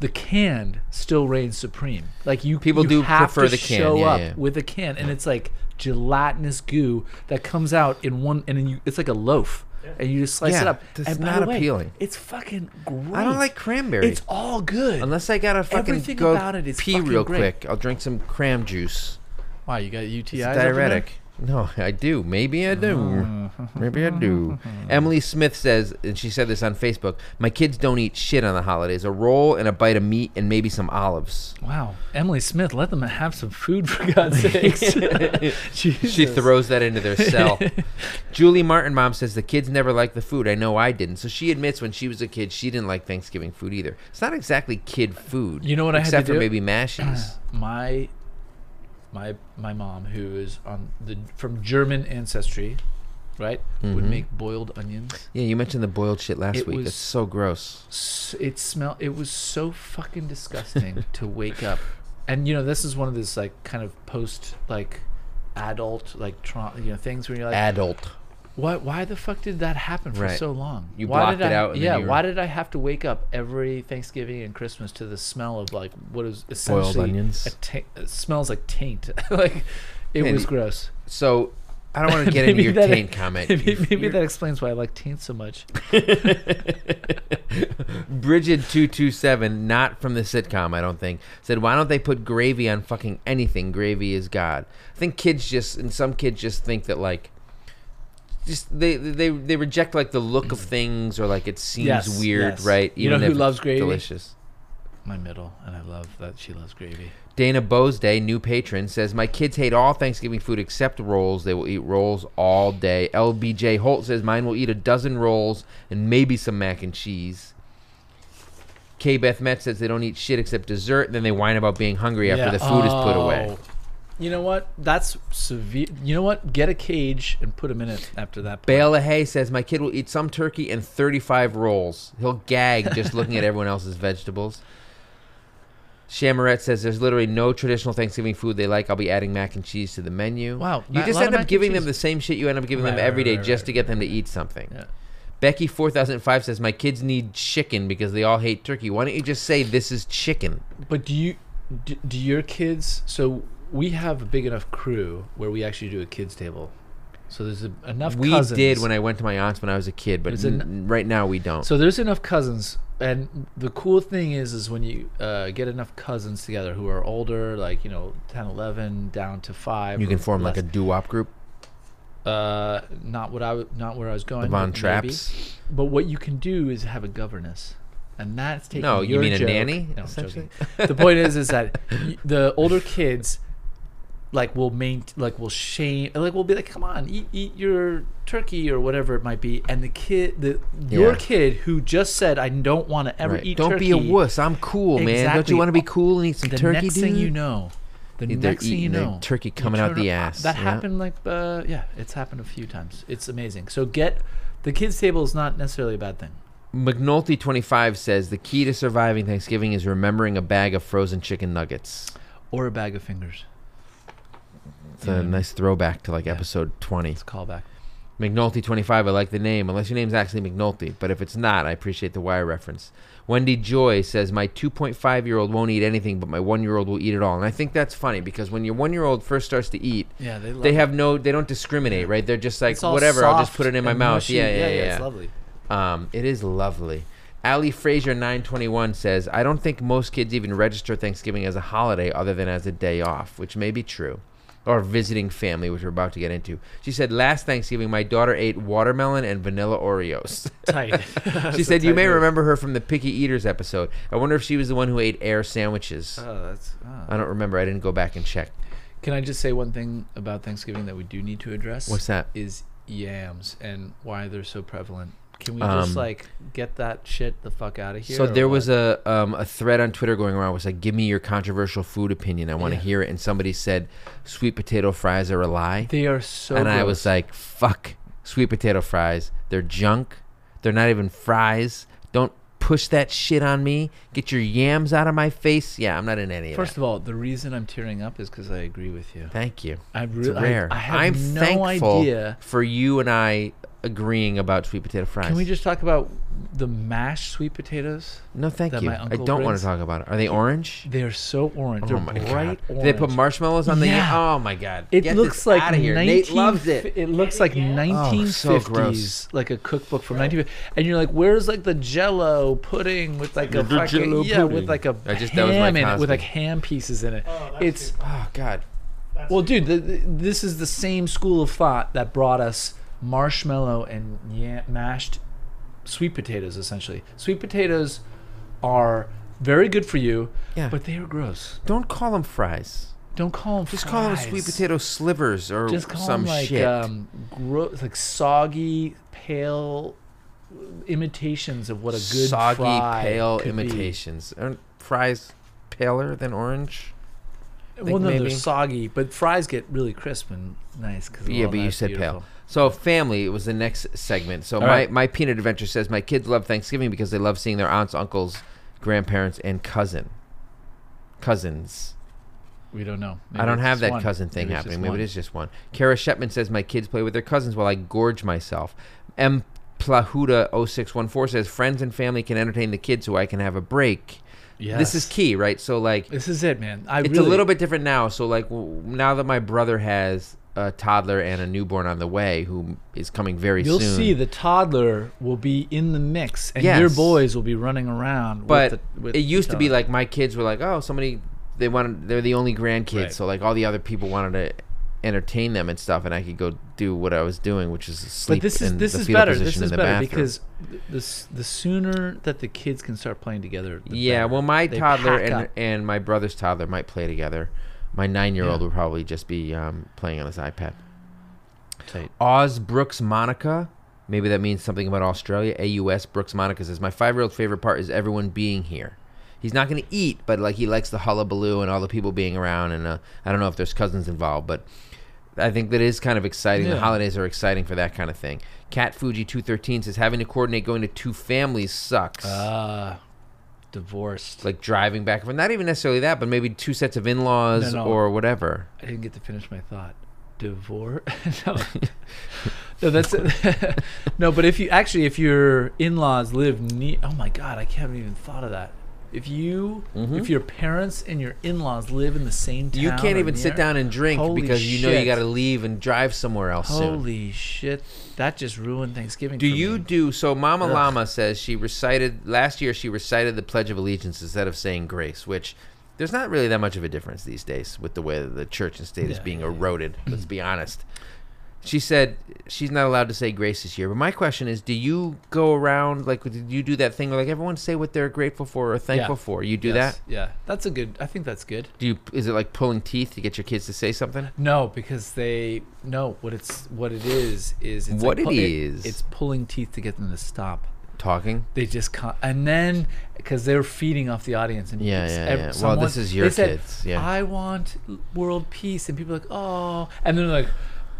B: the can still reigns supreme. Like you,
A: People
B: you
A: do
B: have
A: prefer
B: to
A: the can,
B: Show
A: yeah,
B: up
A: yeah.
B: with a can, and it's like gelatinous goo that comes out in one, and then you, it's like a loaf, and you just slice it
A: Yeah,
B: up.
A: that's
B: and by
A: not
B: the way,
A: appealing.
B: It's fucking great.
A: I don't like cranberry.
B: It's all good.
A: Unless I gotta fucking
B: Everything
A: go
B: about it is
A: pee
B: fucking
A: real
B: great.
A: quick, I'll drink some cram juice.
B: wow, you got UTI.
A: It's diuretic. No, I do. Maybe I do. Maybe I do. Emily Smith says, and she said this on Facebook My kids don't eat shit on the holidays a roll and a bite of meat and maybe some olives.
B: Wow, Emily Smith, let them have some food for God's sakes.
A: She
B: Jesus.
A: throws that into their cell. Julie Martin mom says the kids never liked the food. I know I didn't. So she admits when she was a kid, she didn't like Thanksgiving food either. It's not exactly kid food.
B: You know what I had
A: except
B: to
A: for
B: do?
A: maybe mashies.
B: my my my mom who is on the from German ancestry, right?
A: Mm-hmm.
B: Would make boiled onions.
A: yeah, you mentioned the boiled shit last
B: It
A: week.
B: was-
A: It's so gross.
B: S- It smell it was so fucking disgusting to wake up. And you know, this is one of those like kind of post like adult like trauma you know things where you're like
A: Adult.
B: why why the fuck did that happen for
A: Right.
B: so long?
A: You
B: why
A: blocked
B: did
A: it
B: I,
A: out and then
B: yeah.
A: you were-
B: Why did I have to wake up every Thanksgiving and Christmas to the smell of like what is essentially
A: onions.
B: A ta- it smells like taint. like it
A: Maybe-
B: was gross.
A: So I don't want to get into your
B: that-
A: taint comment.
B: Maybe,
A: You-
B: maybe
A: you're-
B: that explains why I like taint so much.
A: Bridget two two seven, not from the sitcom, I don't think, said, "Why don't they put gravy on fucking anything? Gravy is God." I think kids just, and some kids just think that like, just they they they reject like the look of things or like it seems
B: Yes,
A: weird,
B: yes.
A: right?
B: You know
A: Even
B: who
A: if
B: loves
A: it's
B: gravy?
A: Delicious.
B: My middle, and I love that she loves gravy.
A: Dana Bosday, new patron, says, My kids hate all Thanksgiving food except rolls. They will eat rolls all day. LBJ Holt says, Mine will eat a dozen rolls and maybe some mac and cheese. K Beth Met says they don't eat shit except dessert, and then they whine about being hungry after the food is put away.
B: Oh. You know what? That's severe. You know what? Get a cage and put him in it after that. point.
A: Bala Hay says, My kid will eat some turkey and 35 rolls. He'll gag just looking at everyone else's vegetables. Shamarette says, There's literally no traditional Thanksgiving food they like. I'll be adding mac and cheese to the menu.
B: Wow,
A: You
B: a
A: just
B: lot of
A: end
B: mac
A: up
B: and
A: giving them
B: cheese.
A: the same shit you end up giving them
B: Right,
A: every
B: right,
A: day
B: right,
A: just
B: right,
A: to get them to eat something.
B: Yeah.
A: Becky 4005 says, My kids need chicken because they all hate turkey. Why don't you just say, This is chicken?
B: But do you do, do your kids? So we have a big enough crew where we actually do a kids table, So there's a, enough.
A: we
B: cousins.
A: did when I went to my aunt's when I was a kid, but
B: It's an-
A: n- right now we don't.
B: So there's enough cousins, and the cool thing is, is when you uh, get enough cousins together who are older, like you know, 10, 11, down to five.
A: you can
B: or
A: form like a
B: less.
A: doo wop group,
B: uh, not what I w- not where I was going.
A: the Von
B: but maybe.
A: Traps.
B: But what you can do is have a governess, and that's taking.
A: No, you
B: your
A: mean a
B: joke-
A: nanny,
B: No, I'm
A: essentially?
B: joking. the point is, is that y- the older kids, like, will main, like, will shame, like, will be like, "Come on, eat, eat your turkey or whatever it might be," and the kid, the your
A: Yeah.
B: kid who just said, "I don't want to ever
A: Right.
B: eat,"
A: Don't be a
B: turkey,"
A: wuss. I'm cool, man. Don't
B: Exactly.
A: you want to be cool and eat some
B: The
A: turkey,
B: next
A: dude?
B: thing you know, the
A: They're
B: next thing you
A: eating their
B: know,
A: turkey
B: you
A: coming out
B: turn
A: the
B: ar-
A: ass,
B: That
A: yeah.
B: happened like, uh, yeah, it's happened a few times. It's amazing. So get the kids' table is not necessarily a bad thing.
A: McNulty25 says the key to surviving Thanksgiving is remembering a bag of frozen chicken nuggets.
B: or a bag of fingers.
A: It's
B: Mm.
A: a nice throwback to like episode 20.
B: It's a callback.
A: McNulty25, I like the name, unless your name's actually McNulty. But if it's not, I appreciate the wire reference. Wendy Joy says, My 2.5 year old won't eat anything, but my one year old will eat it all. And I think that's funny because when your one year old first starts to eat,
B: Yeah, they love
A: they have no, they don't discriminate, right? They're just like,
B: It's all
A: whatever, I'll just
B: soft
A: put it in my
B: and
A: mouth.
B: mushy.
A: Yeah, yeah, yeah.
B: It's lovely.
A: Um, it is lovely. Ali Fraser 921 says, I don't think most kids even register Thanksgiving as a holiday other than as a day off, which may be true. Or visiting family, which we're about to get into. She said, Last Thanksgiving, my daughter ate watermelon and vanilla Oreos.
B: Tight.
A: she said, You may remember her from the Picky Eaters episode. I wonder if she was the one who ate air sandwiches.
B: Oh, that's.
A: I don't remember. I didn't go back and check.
B: Can I just say one thing about Thanksgiving that we do need to address?
A: What's that?
B: Is yams and why they're so prevalent. Can we just
A: Um,
B: like get that shit the fuck out of here?
A: So there was a um, a thread on Twitter going around was like, give me your controversial food opinion. I want to
B: Yeah.
A: hear it. And somebody said, sweet potato fries are a lie.
B: They are so.
A: and I was like, fuck, sweet potato fries. They're junk. They're not even fries. Don't push that shit on me. Get your yams out of my face. Yeah, I'm not in any
B: First
A: of
B: of all, the reason I'm tearing up is because I agree with you.
A: that. Thank you.
B: I
A: It's
B: really,
A: rare.
B: I, I have
A: am
B: no
A: thankful
B: idea.
A: for you and I agreeing about sweet potato fries.
B: Can we just talk about the mashed sweet potatoes?
A: No, thank
B: that
A: you.
B: my
A: I
B: uncle
A: don't want
B: brings?
A: to talk about it. Are they orange?
B: They are so orange.
A: Oh
B: They're
A: my
B: bright
A: god!
B: orange.
A: They put marshmallows on the.
B: Yeah.
A: Yeah. Oh my god!
B: It
A: Get
B: looks
A: this
B: like
A: out of here.
B: 19,
A: Nate loves it.
B: It looks like
C: Yeah.
A: Oh,
B: 1950s,
A: so gross.
B: like a cookbook from 1950s. And you're like, where's like the Jello pudding with like a
A: The
B: fucking
A: Jell-O
B: yeah, with
A: pudding.
B: like a
A: I just- that
B: ham
A: was my
B: in it, with
A: constant.
B: like ham pieces in it.
C: Oh, that's
B: it's
C: too-
A: Oh god!
C: that's
B: well,
C: too-
B: dude, the, the, this is the same school of thought that brought us marshmallow and yam, mashed sweet potatoes. Essentially, sweet potatoes are very good for you,
A: Yeah.
B: but they are gross.
A: Don't call them fries.
B: Don't call them.
A: Just call them sweet potato slivers or
B: just call
A: some
B: them like
A: shit.
B: um gro- like soggy pale imitations of what a good
A: soggy
B: fry
A: pale
B: could be.
A: imitations. Aren't fries paler than orange?
B: well
A: think
B: no
A: maybe.
B: they're soggy but fries get really crisp and nice because
A: yeah, but you said pale. So family was the next segment. So my,
B: right.
A: my peanut adventure says my kids love Thanksgiving because they love seeing their aunts, uncles, grandparents, and cousin. Cousins.
B: we don't know
A: I
B: Maybe
A: don't
B: it's
A: have
B: just
A: that
B: one.
A: cousin thing
B: Maybe it's
A: happening.
B: just
A: Maybe
B: one.
A: it is just one. Kara Shepman says my kids play with their cousins while I gorge myself. M oh Plahuda 0614 says friends and family can entertain the kids so I can have a break. This is
B: Yes.
A: key, right? So like
B: this is it man i
A: it's
B: really,
A: a little bit different now. So like w- now that my brother has a toddler and a newborn on the way, who is coming very
B: you'll
A: soon.
B: see the toddler will be in the mix and your
A: Yes.
B: boys will be running around
A: but
B: with the, with
A: it
B: each
A: used to be
B: other.
A: like my kids were like, oh, somebody they wanted they're the only grandkids,
B: Right.
A: so like all the other people wanted to entertain them and stuff, and I could go do what I was doing, which is sleep.
B: But this is
A: in
B: this
A: the
B: is
A: fetal
B: better.
A: position
B: This
A: in
B: is
A: the
B: better
A: bathroom.
B: because th- the s- the sooner that the kids can start playing together. The
A: yeah,
B: better.
A: well, my
B: They
A: toddler
B: pack
A: and
B: up.
A: and my brother's toddler might play together. My nine year old
B: Yeah.
A: would probably just be um, playing on his iPad.
B: Tight.
A: Oz Brooks Monica. Maybe that means something about Australia. AUS Brooks Monica says, My five year old favorite part is everyone being here. He's not going to eat, but like he likes the hullabaloo and all the people being around. And uh, I don't know if there's cousins involved, but I think that is kind of exciting. The
B: Yeah.
A: holidays are exciting for that kind of thing. Cat Fuji 213 says, Having to coordinate going to two families sucks.
B: Ah, divorced.
A: like driving back and forth. Not even necessarily that, but maybe two sets of in laws
B: No, no.
A: or whatever.
B: I didn't get to finish my thought. Divorce? no. no, that's no. But if you actually, if your in-laws live near, oh my god, I haven't even thought of that. If you, if your parents and your in-laws live in the same Mm-hmm. town,
A: Mm-hmm. You can't
B: or
A: even sit
B: near-
A: down and drink
B: Holy
A: because you know you
B: shit.
A: got to leave and drive somewhere else soon.
B: Holy shit! That just ruined Thanksgiving.
A: Do
B: for
A: you
B: me.
A: do so? Mama
B: Ugh.
A: Llama says she recited last year. She recited the Pledge of Allegiance instead of saying grace, which there's not really that much of a difference these days with the way that the church and state is
B: Yeah,
A: being eroded. Let's be honest. She said she's not allowed to say grace this year. But my question is, do you go around like do you do that thing where like everyone say what they're grateful for or thankful for? You do
B: Yes,
A: that?
B: Yeah, that's a good. I think that's good.
A: Do you is it like pulling teeth to get your kids to say something?
B: No, because they no. What it's what it is is it's
A: What
B: like,
A: it
B: pu-
A: is.
B: It's pulling teeth to get them to stop.
A: Talking?
B: They just can't. And then because they're feeding off the audience and
A: Yeah,
B: it's
A: yeah,
B: ev-
A: yeah. Well,
B: someone-
A: this is your
B: they said,
A: kids, yeah.
B: I want world peace, and people are like oh, and then they're like.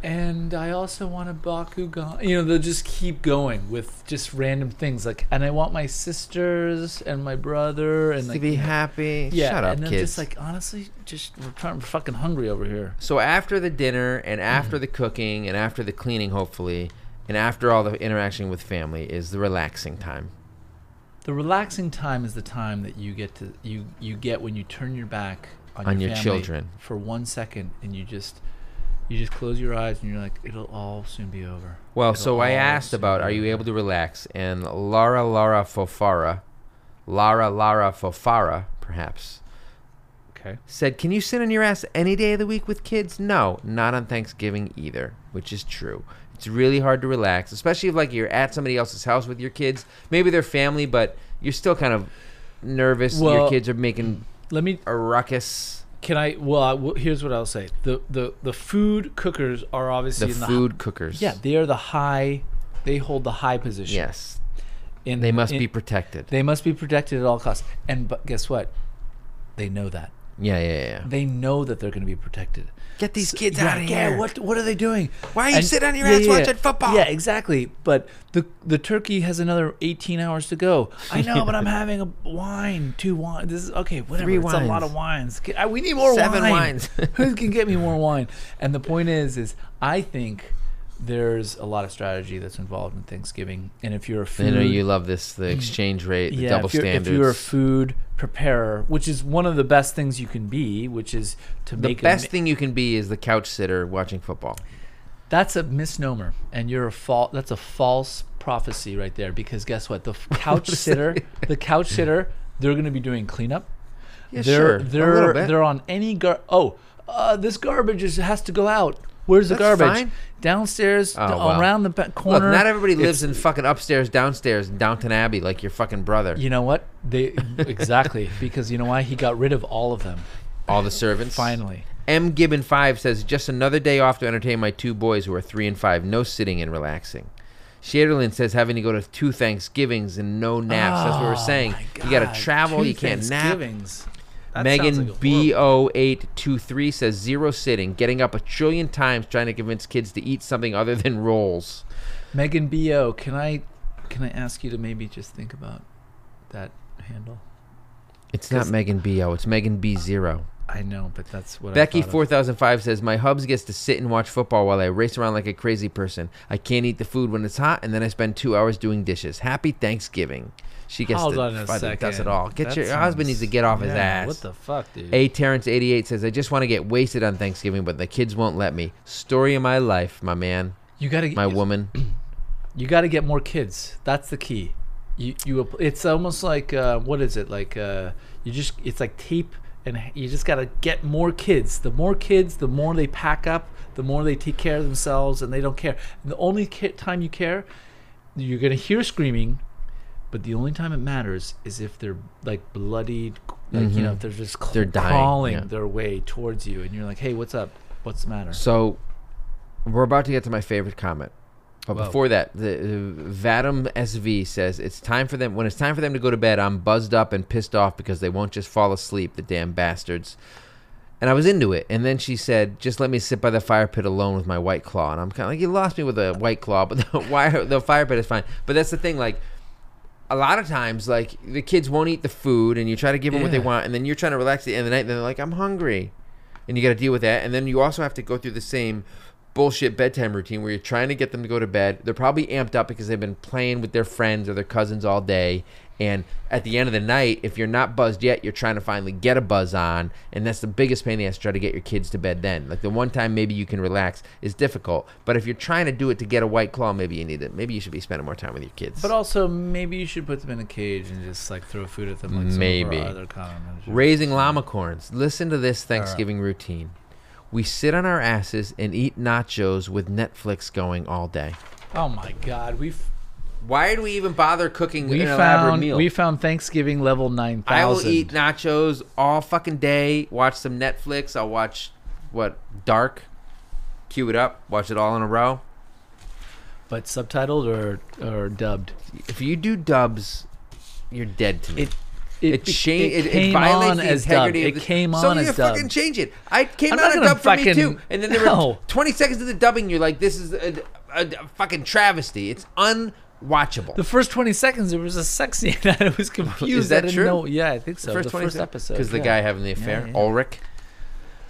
B: And I also want a Bakugan. You know, they'll just keep going with just random things like, and I want my sisters and my brother and
A: to
B: like
A: be happy.
B: Yeah,
A: Shut up,
B: and then
A: kids.
B: just like honestly, just we're trying, we're fucking hungry over here.
A: So after the dinner and
B: Mm-hmm.
A: after the cooking and after the cleaning, hopefully, and after all the interaction with family is the relaxing time.
B: The relaxing time is the time that you get to you you get when you turn your back on,
A: On your
B: family
A: children.
B: for one second, and you just you just close your eyes and you're like, it'll all soon be over.
A: Well,
B: It'll
A: so I
B: all
A: asked
B: soon
A: about
B: be
A: are you
B: over."
A: able to relax? And Lara Lara Fofara, Lara Lara Fofara, perhaps,
B: Okay.
A: said, Can you sit on your ass any day of the week with kids? No, not on Thanksgiving either, which is true. It's really hard to relax, especially if like you're at somebody else's house with your kids. Maybe they're family, but you're still kind of nervous. your
B: Well-
A: kids are making
B: Let me.
A: a ruckus.
B: Can I? Well, I will- here's what I'll say. The the the food cookers are obviously
A: the
B: in the
A: food cookers.
B: yeah, they are the high. They hold the high position.
A: Yes.
B: In,
A: They must
B: in-
A: be protected.
B: They must be protected at all costs. And but guess what? They know that.
A: yeah, yeah, yeah.
B: They know that they're going to be protected.
A: Get these
B: So-
A: kids
B: yeah,
A: out of
B: yeah,
A: here.
B: What what are they doing?
A: Why are you sitting on your ass watching football?
B: Yeah, exactly. But the the turkey has another 18 hours to go. I know, but I'm having a wine, two wine. This is okay. Whatever.
A: Three
B: it's a lot
A: wines.
B: of wines. Get- I- We need more
A: Seven
B: wine.
A: wines.
B: Who can get me more wine? And the point is, is I think there's a lot of strategy that's involved in Thanksgiving. And if you're a food,
A: I know you love this the exchange rate, the double
B: Mm. if you're,
A: standards.
B: If you're a food preparer, which is one of the best things you can be, which is to
A: the
B: make
A: best
B: a,
A: thing you can be is the couch sitter watching football.
B: that's a misnomer, and you're a false. That's a false prophecy right there. Because guess what? The f- couch sitter, the couch sitter, they're going to be doing cleanup.
A: Yeah,
B: they're
A: sure. a
B: they're
A: little bit.
B: they're on any gar. Oh, uh, this garbage is, has to go out. Where's the
A: That's
B: garbage?
A: fine.
B: Downstairs,
A: Oh,
B: d-
A: wow.
B: around the ba-
A: Look,
B: corner.
A: not everybody
B: It's-
A: lives in fucking upstairs, downstairs, in Downton Abbey like your fucking brother.
B: You know what? They exactly because you know why he got rid of all of them
A: All the servants.
B: finally.
A: M. Gibbon Five says, "Just another day off to entertain my two boys who are three and five. No sitting and relaxing." Shaderlin says, "Having to go to two Thanksgivings and no naps. That's what we're
B: Oh,
A: saying.
B: my
A: You got
B: God.
A: to travel.
B: Two
A: you can't nap."
B: Thanksgivings. That sounds
A: Megan
B: like a
A: B
B: horrible-
A: O eight two three says zero sitting, getting up a trillion times trying to convince kids to eat something other than rolls.
B: Megan Bo, can I can I ask you to maybe just think about that handle?
A: It's not
B: Cause-
A: Megan B O. It's Megan B zero.
B: I know, but that's what I
A: Becky
B: thought of.
A: four thousand five says my hubs gets to sit and watch football while I race around like a crazy person. I can't eat the food when it's hot, and then I spend two hours doing dishes. Happy Thanksgiving. She gets
B: Hold
A: to
B: on a
A: fucking
B: second.
A: does it all. Get
B: That
A: your your husband
B: sounds-
A: needs to get off his
B: Yeah,
A: ass.
B: What the fuck, dude?
A: A Terrence eighty eight says I just want to get wasted on Thanksgiving, but the kids won't let me. Story of my life, my man,
B: you gotta
A: my woman.
B: You gotta get more kids. That's the key. You you app- it's almost like uh, what is it like? Uh, you just it's like tape, and h- you just gotta get more kids. The more kids, the more they pack up. The more they take care of themselves, and they don't care. And the only ca- time you care, you're gonna hear screaming, but the only time it matters is if they're like bloodied, like you know, if they're just cl-
A: Mm-hmm. They're dying,
B: crawling
A: yeah.
B: their way towards you, and you're like, hey, what's up? What's the matter?
A: So, we're about to get to my favorite comment, but
B: Whoa.
A: before that, the, the Vadim SV says it's time for them. When it's time for them to go to bed, I'm buzzed up and pissed off because they won't just fall asleep, the damn bastards. And I was into it, and then she said, "Just let me sit by the fire pit alone with my white claw." And I'm kind of like, "You lost me with a white claw, but the, why the fire pit is fine." But that's the thing, like. A lot of times, like the kids won't eat the food, and you try to give them what they
B: Yeah.
A: want, and then you're trying to relax at the end of the night, and they're like, "I'm hungry." and you got to deal with that. And then you also have to go through the same bullshit bedtime routine where you're trying to get them to go to bed. They're probably amped up because they've been playing with their friends or their cousins all day, And at the end of the night, if you're not buzzed yet, you're trying to finally get a buzz on, and that's the biggest pain in the ass to try to get your kids to bed. Then, like the one time maybe you can relax is difficult, but if you're trying to do it to get a white claw, maybe you need it. Maybe you should be spending more time with your kids.
B: But also, maybe you should put them in a cage and just like throw food at them. Like some
A: Maybe.
B: Of our other common
A: Raising llamacorns. Listen to this Thanksgiving routine. We sit on our asses and eat nachos with Netflix going all day.
B: Oh my God, we've
A: Why do we even bother cooking
B: we
A: an elaborate
B: found
A: meal?
B: we found Thanksgiving level nine thousand.
A: I will eat nachos all fucking day, watch some Netflix, I'll watch what Dark, cue it up, watch it all in a row.
B: but subtitled or or dubbed.
A: If you do dubs, you're dead to me.
B: It
A: It,
B: be-
A: changed. It, it
B: came
A: violates
B: on
A: the
B: as
A: integrity
B: dubbed.
A: of the,
B: It came
A: so
B: on
A: you
B: as
A: fucking
B: dubbed.
A: change it. I came
B: I'm
A: out
B: not
A: a
B: gonna
A: dub for me
B: fucking-
A: too, and then there were
B: No.
A: 20 seconds of the dubbing. You're like, this is a, a, a fucking travesty. It's unwatchable.
B: The first twenty seconds, there was a sex scene that I was confused.
A: that
B: I didn't
A: true?
B: Know. Yeah, I think so. The first, episode,
A: because the
B: yeah.
A: guy having the affair,
B: yeah.
A: Ulrich,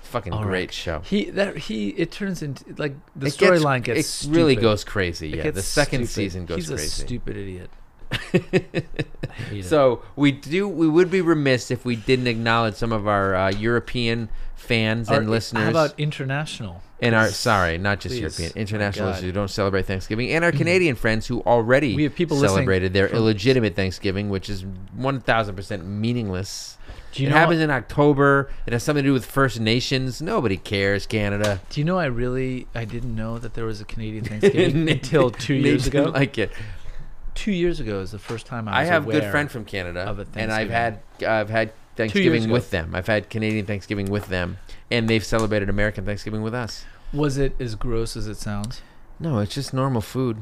A: fucking
B: Ulrich.
A: great show.
B: he that he it turns into like the
A: It gets-
B: storyline gets,
A: it really
B: stupid.
A: goes crazy.
B: It
A: Yeah,
B: gets
A: the second
B: stupid.
A: season goes
B: He's
A: crazy.
B: a stupid idiot. I hate it.
A: So we do. We would be remiss if we didn't acknowledge some of our uh, European fans
B: Or
A: and listeners.
B: How about international?
A: and our sorry, not just
B: please,
A: European,
B: my
A: international
B: God. Mm-hmm.
A: listeners who don't celebrate Thanksgiving, and our Canadian friends who already
B: We have people listening
A: celebrated their
B: from-
A: illegitimate Thanksgiving, which is one thousand percent meaningless.
B: Do you
A: it
B: know
A: happens in October. It has something to do with First Nations. Nobody cares, Canada.
B: Do you know I really I didn't know that there was a Canadian Thanksgiving until two
A: They
B: years
A: didn't
B: ago.
A: like it.
B: two years ago is the first time I
A: I
B: was
A: have good
B: aware
A: friend from Canada,
B: of a
A: and I've
B: Thanksgiving.
A: had uh, I've had
B: ago.
A: Thanksgiving with them. I've had Canadian Thanksgiving with them, and they've celebrated American Thanksgiving with us.
B: Was it as gross as it sounds?
A: No, it's just normal food.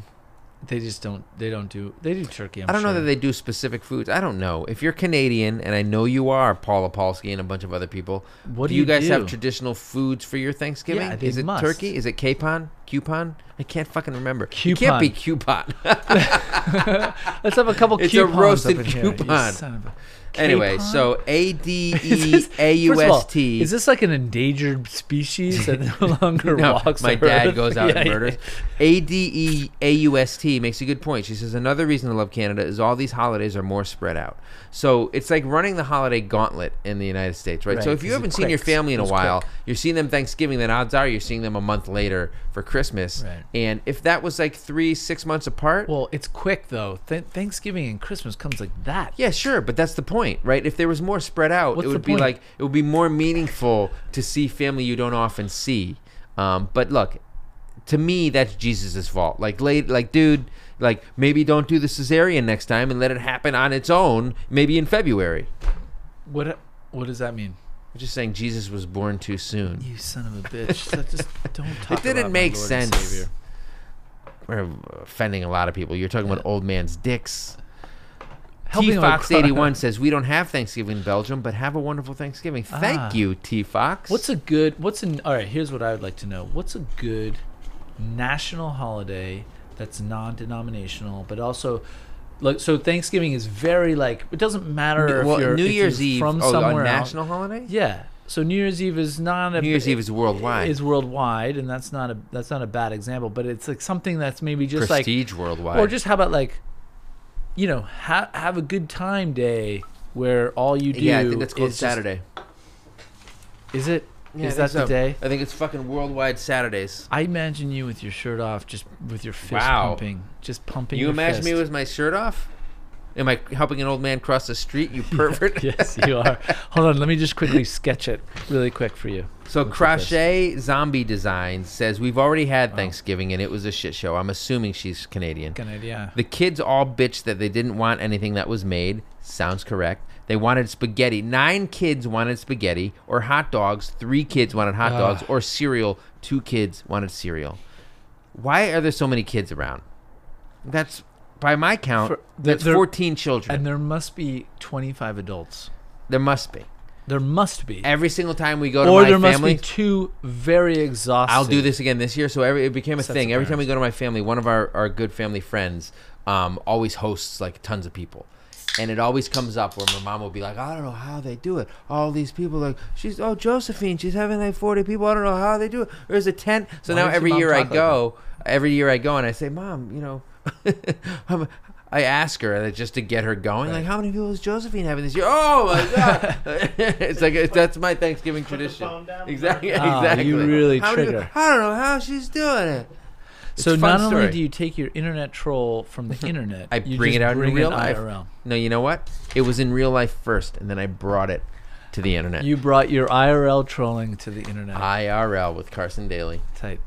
B: They just don't. They don't do. They do turkey. I'm
A: I don't know
B: sure.
A: that they do specific foods. I don't know. If you're Canadian, and I know you are, Paula Polsky and a bunch of other people, do
B: What do
A: you
B: you
A: guys have
B: do?
A: traditional foods for your Thanksgiving?
B: Yeah, they
A: Is it
B: must.
A: turkey? Is it capon? Coupon? I can't fucking remember. It can't be coupon.
B: Let's have a couple.
A: It's a
B: coupons
A: roasted
B: up in here, you
A: coupon.
B: son of a-
A: anyway,
B: Capon?
A: so A D
B: Is
A: E
B: this-
A: A U
B: first of all,
A: S T.
B: Is this like an endangered species that no longer
A: No,
B: walks?
A: my
B: the
A: dad
B: earth?
A: goes out
B: Yeah,
A: and
B: yeah.
A: murders. A D E A U S T makes a good point. She says another reason to love Canada is all these holidays are more spread out. So it's like running the holiday gauntlet in the United States, right?
B: Right,
A: so if you
B: 'cause it
A: haven't seen your
B: quicks.
A: family in a
B: It's
A: while,
B: quick.
A: you're seeing them Thanksgiving. Then odds are you're seeing them a month later for Christmas.
B: Right.
A: And if that was like three, six months apart,
B: Well, it's quick though. Th- Thanksgiving and Christmas comes like that.
A: yeah, sure, but that's the point, right? If there was more spread out,
B: What's
A: it
B: the
A: would be
B: point?
A: like it would be more meaningful to see family you don't often see. Um, but look, to me, that's Jesus's fault. Like, late, like, dude, like maybe don't do the cesarean next time and let it happen on its own. Maybe in February.
B: What? What does that mean?
A: I'm just saying Jesus was born too soon.
B: You son of a bitch! That just don't talk.
A: didn't
B: about my
A: make
B: Lord and
A: sense.
B: Savior.
A: We're offending a lot of people. You're talking about old man's dicks. T
B: Helping our
A: Fox
B: cri-
A: eighty one says we don't have Thanksgiving in Belgium, but have a wonderful Thanksgiving. Thank
B: Ah.
A: you, T Fox.
B: What's a good? What's an? All right, here's what I would like to know. What's a good national holiday that's non-denominational, but also like so? Thanksgiving is very like it doesn't matter if
A: well,
B: you're
A: New
B: if you're
A: Year's Eve
B: from
A: oh,
B: somewhere
A: a
B: else.
A: national holiday?
B: Yeah. So New Year's Eve is not a
A: New Year's Eve is worldwide.
B: is worldwide, and that's not a that's not a bad example, but it's like something that's maybe just like
A: prestige worldwide.
B: Or just how about like, you know, ha- have a good time day where all you do.
A: yeah, I think that's called
B: is just-
A: Saturday.
B: is it?
A: Yeah, I
B: is
A: think
B: that
A: so.
B: the day?
A: I think it's fucking worldwide Saturdays.
B: I imagine you with your shirt off, just with your fist
A: Wow.
B: pumping, just pumping.
A: you
B: your
A: imagine me
B: fist.
A: with my shirt off? Am I helping an old man cross the street? You pervert.
B: yes, you are. Hold on, let me just quickly sketch it really quick for you.
A: So
B: Look at this.
A: Crochet Zombie Designs says we've already
B: Oh.
A: had Thanksgiving and it was a shit show. I'm assuming she's Canadian.
B: Good idea.
A: The kids all bitched that they didn't want anything that was made. Sounds correct. They wanted spaghetti. Nine kids wanted spaghetti or hot dogs. Three kids wanted hot
B: Ugh.
A: dogs or cereal. Two kids wanted cereal. Why are there so many kids around? That's by my count.
B: For- there-
A: that's
B: there-
A: fourteen children.
B: And there must be 25 adults.
A: there must be
B: There must be.
A: every single time we go to
B: or
A: my
B: there
A: family.
B: must be two very exhausted.
A: I'll do this again this year. So every, it became a
B: Sets
A: thing.
B: of
A: Every time we go to my family, one of our, our good family friends um, always hosts like tons of people. And it always comes up where my mom will be like, I don't know how they do it. All these people, like, she's, oh, Josephine, she's having like 40 people. I don't know how they do it. There's a tent. So
B: Why
A: now
B: does your
A: every
B: mom
A: year I
B: talk like
A: go, every year I go and I say, Mom, you know, I'm, I ask her like, just to get her going. Like, how many people is Josephine having this year? Oh my god! it's like it's, that's my Thanksgiving
C: Put the
A: tradition.
C: phone down.
A: Exactly.
B: Ah,
A: exactly.
B: you really
A: How many-
B: trigger.
A: I don't know how she's doing it. It's
B: so
A: a fun
B: not only
A: story.
B: do you take your internet troll from the internet,
A: I
B: you
A: bring
B: just
A: it out in
B: bring
A: real
B: it
A: life.
B: IRL.
A: No, you know what? It was in real life first, and then I brought it to the internet.
B: You brought your IRL trolling to the internet.
A: Ah. IRL with Carson Daly.
B: Tight.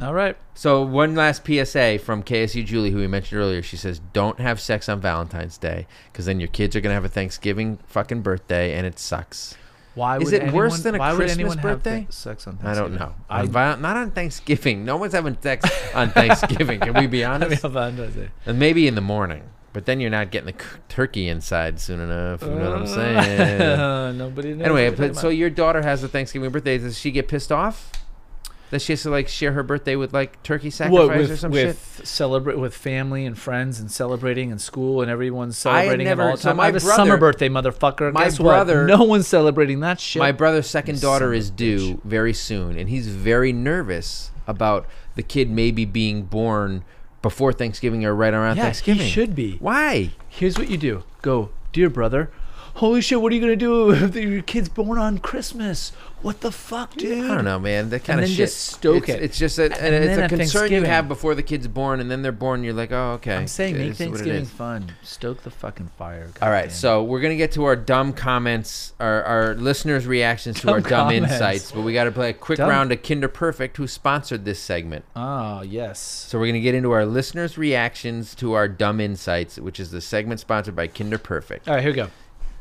B: All right.
A: So one last PSA from KSU Julie, who we mentioned earlier. She says, "Don't have sex on Valentine's Day, because then your kids are gonna have a Thanksgiving fucking birthday, and it sucks."
B: Why
A: Is
B: would
A: it worse
B: anyone-
A: than a
B: why would
A: Christmas
B: anyone have
A: birthday?
B: th- sex on
A: I don't
B: Thanksgiving?
A: know.
B: I,
A: On Val- not on Thanksgiving. No one's having sex on Thanksgiving. Can we be
B: I mean,
A: honest?
B: on Valentine's Day.
A: And maybe in the morning, but then you're not getting the c- turkey inside soon enough. You know what I'm saying?
B: Nobody knows.
A: anyway,
B: Uh, what we're
A: but, so
B: talking
A: your daughter has a Thanksgiving birthday. Does she get pissed off? That she has to like share her birthday with like turkey
B: about.
A: sacrifice
B: with,
A: or some shit?
B: with celebrate with family and friends and celebrating and school and everyone's celebrating it
A: never-
B: all the
A: so
B: time.
A: my
B: I have
A: brother-
B: a summer birthday, motherfucker.
A: my
B: Guess
A: brother-
B: what? no one's celebrating that shit.
A: My brother's second
B: You
A: daughter
B: son of
A: is
B: a
A: due very soon, and he's very nervous about the kid maybe being born before Thanksgiving or right around
B: yeah,
A: Thanksgiving.
B: he should be.
A: Why?
B: Here's what you do. Go, dear brother. Holy shit! What are you gonna do if your kid's born on Christmas? What the fuck, dude?
A: I don't know, man. That kind of
B: then
A: shit.
B: just stoke
A: it's,
B: it.
A: It's just a,
B: And
A: and it's
B: then
A: a
B: at
A: concern you
B: Thanksgiving-
A: have before the kid's born, and then they're born. You're like, oh, okay.
B: I'm saying
A: it
B: make
A: is what it
B: Thanksgiving
A: is.
B: fun. Stoke the fucking fire.
A: All right,
B: goddammit.
A: so we're gonna get to our dumb comments, our, our listeners' reactions to
B: Dumb
A: our dumb
B: comments.
A: insights, but we got to play a quick
B: Dumb.
A: round of Kinder Perfect, who sponsored this segment.
B: Ah, yes.
A: So we're gonna get into our listeners' reactions to our dumb insights, which is the segment sponsored by Kinder Perfect.
B: All right, here we go.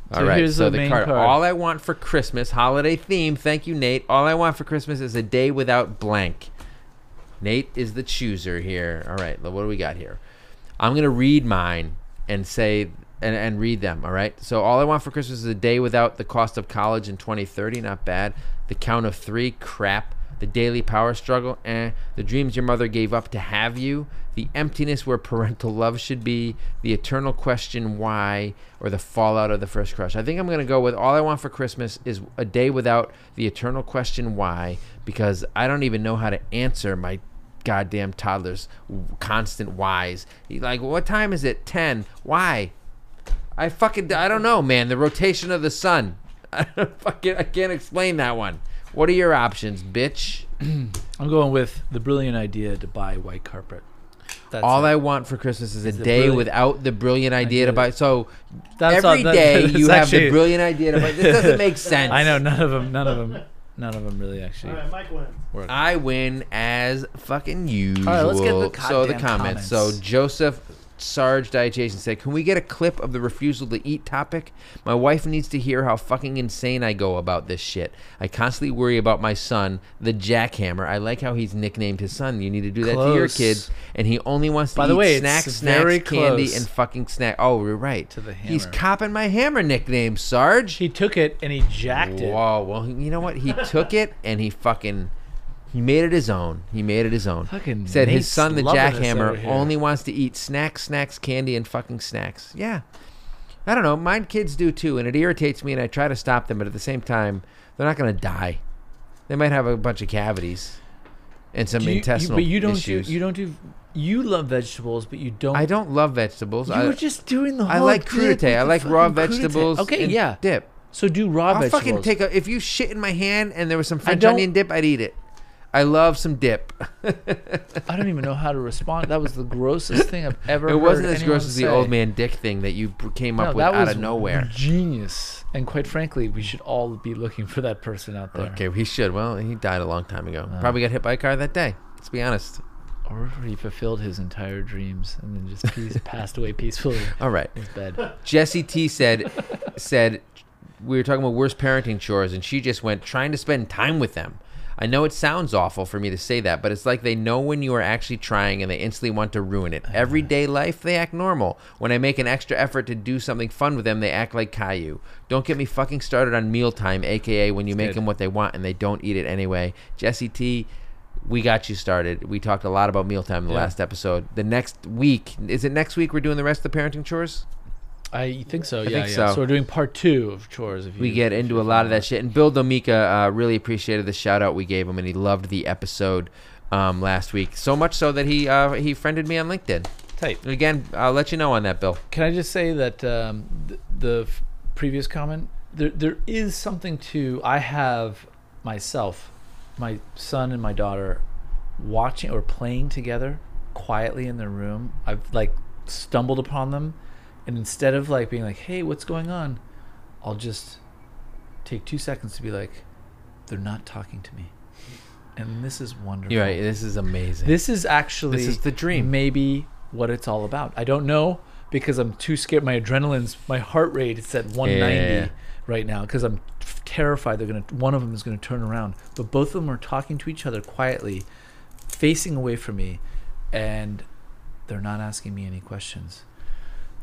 A: All right,
B: here's
A: so
B: the
A: the
B: main
A: card.
B: card.
A: All I want for Christmas, holiday theme. Thank you, Nate. All I want for Christmas is a day without blank. Nate is the chooser here. All right, what do we got here? I'm gonna read mine and say and, and read them. All right. So all I want for Christmas is a day without the cost of college in 2030. Not bad. The count of three. Crap. The daily power struggle. Eh. The dreams your mother gave up to have you. The emptiness where parental love should be. The eternal question why, or the fallout of the first crush. I think I'm gonna go with all I want for Christmas is a day without the eternal question why, because I don't even know how to answer my goddamn toddlers w- constant whys. You Like, what time is it? 10. Why? I fucking, I don't know, man. The rotation of the sun. I don't fucking, I can't explain that one. What are your options, bitch?
B: I'm going with the brilliant idea to buy white carpet. That's
A: All
B: it.
A: I want for Christmas is a
B: the
A: day
B: brilliant-
A: without the brilliant idea to
B: Idea.
A: buy. So
B: That's all-
A: every
B: that-
A: day
B: that's
A: you have the
B: actually-
A: brilliant idea to buy. This doesn't make sense.
B: I know none of them. None of them. None of them really
C: All
B: actually.
C: right, Mike wins.
B: work.
A: I win as fucking usual.
B: right, let's get the
A: so the
B: goddamn
A: comments.
B: comments.
A: So Joseph Sarge Dietitian said, "Can we get a clip of the refusal to eat topic? My wife needs to hear how fucking insane I go about this shit. I constantly worry about my son, the jackhammer. I like how he's nicknamed his son. You need to do that to your
B: Close.
A: kids, and he only wants to
B: By
A: eat
B: the way,
A: snacks,
B: it's
A: snacks,
B: very
A: candy,
B: close
A: and fucking snack. Oh, you're right.
B: to the
A: He's
B: hammer.
A: copping my hammer nickname, Sarge.
B: He took it and he jacked it.
A: Whoa, well, he- you know what? He took it and he fucking he made it his own. He made it his own.
B: Fucking
A: said his
B: Nate's
A: son, the
B: loving this over
A: jackhammer,
B: here.
A: only wants to eat snacks, snacks, candy, and fucking snacks. Yeah, I don't know. Mine kids do too, and it irritates me. And I try to stop them, but at the same time, they're not gonna die. They might have a bunch of cavities and some
B: Do you- you-
A: intestinal
B: but you don't
A: issues.
B: do. You don't do. You love vegetables, but you don't.
A: I don't love vegetables.
B: You
A: I,
B: were just doing the
A: I
B: whole.
A: like
B: dip with
A: crudite. I
B: the
A: like raw
B: fucking crudite.
A: vegetables.
B: Okay,
A: and
B: yeah.
A: dip.
B: So do raw
A: I'll
B: vegetables.
A: fucking take a if you shit in my hand and there was some French
B: don't-
A: onion dip, I'd eat it. I love some dip.
B: I don't even know how to respond. That was the grossest thing I've ever.
A: it wasn't
B: heard
A: as gross
B: anyone
A: as the old
B: say.
A: man dick thing that you b- came up
B: No,
A: with
B: that
A: out
B: was
A: of nowhere.
B: Genius. And quite frankly, we should all be looking for that person out there.
A: Okay, he should. Well, he died a long time ago.
B: Uh.
A: Probably got hit by a car that day. Let's be honest.
B: Or he fulfilled his entire dreams and then just peace, passed away peacefully
A: All right.
B: in his bed.
A: Jesse T said said we were talking about worst parenting chores and she just went trying to spend time with them. I know it sounds awful for me to say that, but it's like they know when you are actually trying and they instantly want to ruin
B: Uh-huh.
A: it. Everyday life, they act normal. When I make an extra effort to do something fun with them, they act like Caillou. Don't get me fucking started on mealtime, aka when you make
B: good.
A: them what they want and they don't eat it anyway. Jesse T, we got you started. We talked a lot about mealtime in the
B: Yeah.
A: last episode. The next week, is it next week we're doing the rest of the parenting chores?
B: I think so. Yeah,
A: think
B: yeah.
A: so.
B: So. we're doing part two of chores. If you,
A: we get into a lot of that shit. And Bill Domica uh, really appreciated the shout out we gave him, and he loved the episode um, last week so much so that he uh, he friended me on LinkedIn.
B: Tight.
A: Again, I'll let you know on that, Bill.
B: Can I just say that um, th- the f- previous comment there there is something to I have myself, my son and my daughter, watching or playing together quietly in their room. I've like stumbled upon them, and instead of like being like, "Hey, what's going on," I'll just take two seconds to be like, "They're not talking to me," and this is wonderful.
A: You're right. This is amazing.
B: This is actually
A: This is the dream.
B: Maybe what it's all about. I don't know because I'm too scared. My adrenaline's, my heart rate is at 190
A: Yeah.
B: right now because I'm f- terrified they're gonna. One of them is gonna turn around, but both of them are talking to each other quietly, facing away from me, and they're not asking me any questions.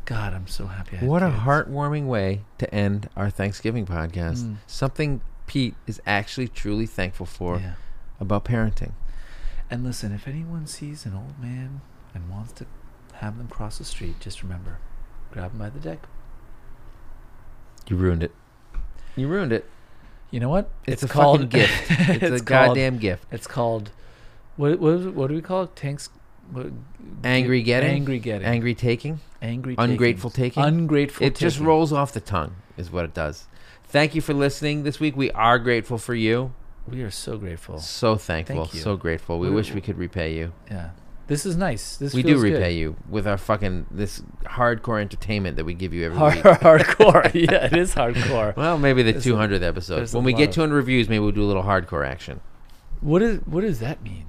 B: God, I'm so happy. I had
A: what a
B: kids.
A: heartwarming way to end our Thanksgiving podcast. Something Pete is actually truly thankful for
B: Yeah.
A: about parenting.
B: And listen, if anyone sees an old man and wants to have them cross the street, just remember, grab them by the deck.
A: You ruined it. You ruined it.
B: You know what?
A: It's, a fucking gift. It's, a
B: called-
A: goddamn gift.
B: It's called. What what, is it- what do we call it? Tanks. What,
A: Angry getting?
B: Angry getting.
A: Angry taking.
B: angry.
A: Ungrateful taking?
B: Ungrateful.
A: It just
B: taking.
A: rolls off the tongue, is what it does. Thank you for listening this week. We are grateful for you.
B: We are so grateful.
A: So thankful.
B: Thank you.
A: So grateful. We
B: We-
A: wish we could repay you.
B: Yeah. This is nice. This
A: we do
B: feels good.
A: repay you with our fucking this hardcore entertainment that we give you every
B: Hard,
A: week.
B: hardcore. yeah, it is hardcore.
A: Well, maybe the
B: There's a-
A: 200th episode.
B: there's
A: When
B: a
A: we
B: lot
A: get
B: of-
A: 200 reviews, maybe we'll do a little hardcore action.
B: What is what does that mean?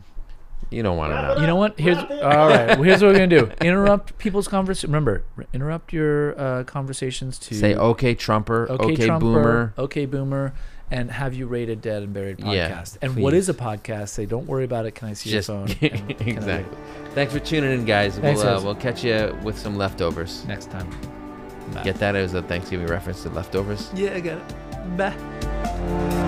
A: You don't want to
C: Wrap
A: know.
C: it
B: You know what? Here's
C: Wrap it.
B: all right. Well, here's what we're gonna do. Interrupt people's conversation. Remember, r- interrupt your uh, conversations to
A: Say "Oh, okay, Trumper. Okay,
B: okay, Trumper, Oh,
A: Boomer.
B: okay boomer, and have you rated Dead and Buried podcast?
A: Yeah,
B: and what
A: please.
B: is a podcast? Say, don't worry about it. Can I see
A: Just
B: your phone? And can I rate it?
A: exactly. Thanks for tuning in, guys.
B: Thanks,
A: we'll, uh,
B: guys.
A: we'll catch you with some leftovers.
B: Next time. Bye.
A: Get that as a Thanksgiving reference to leftovers.
B: Yeah, I got it. Bye.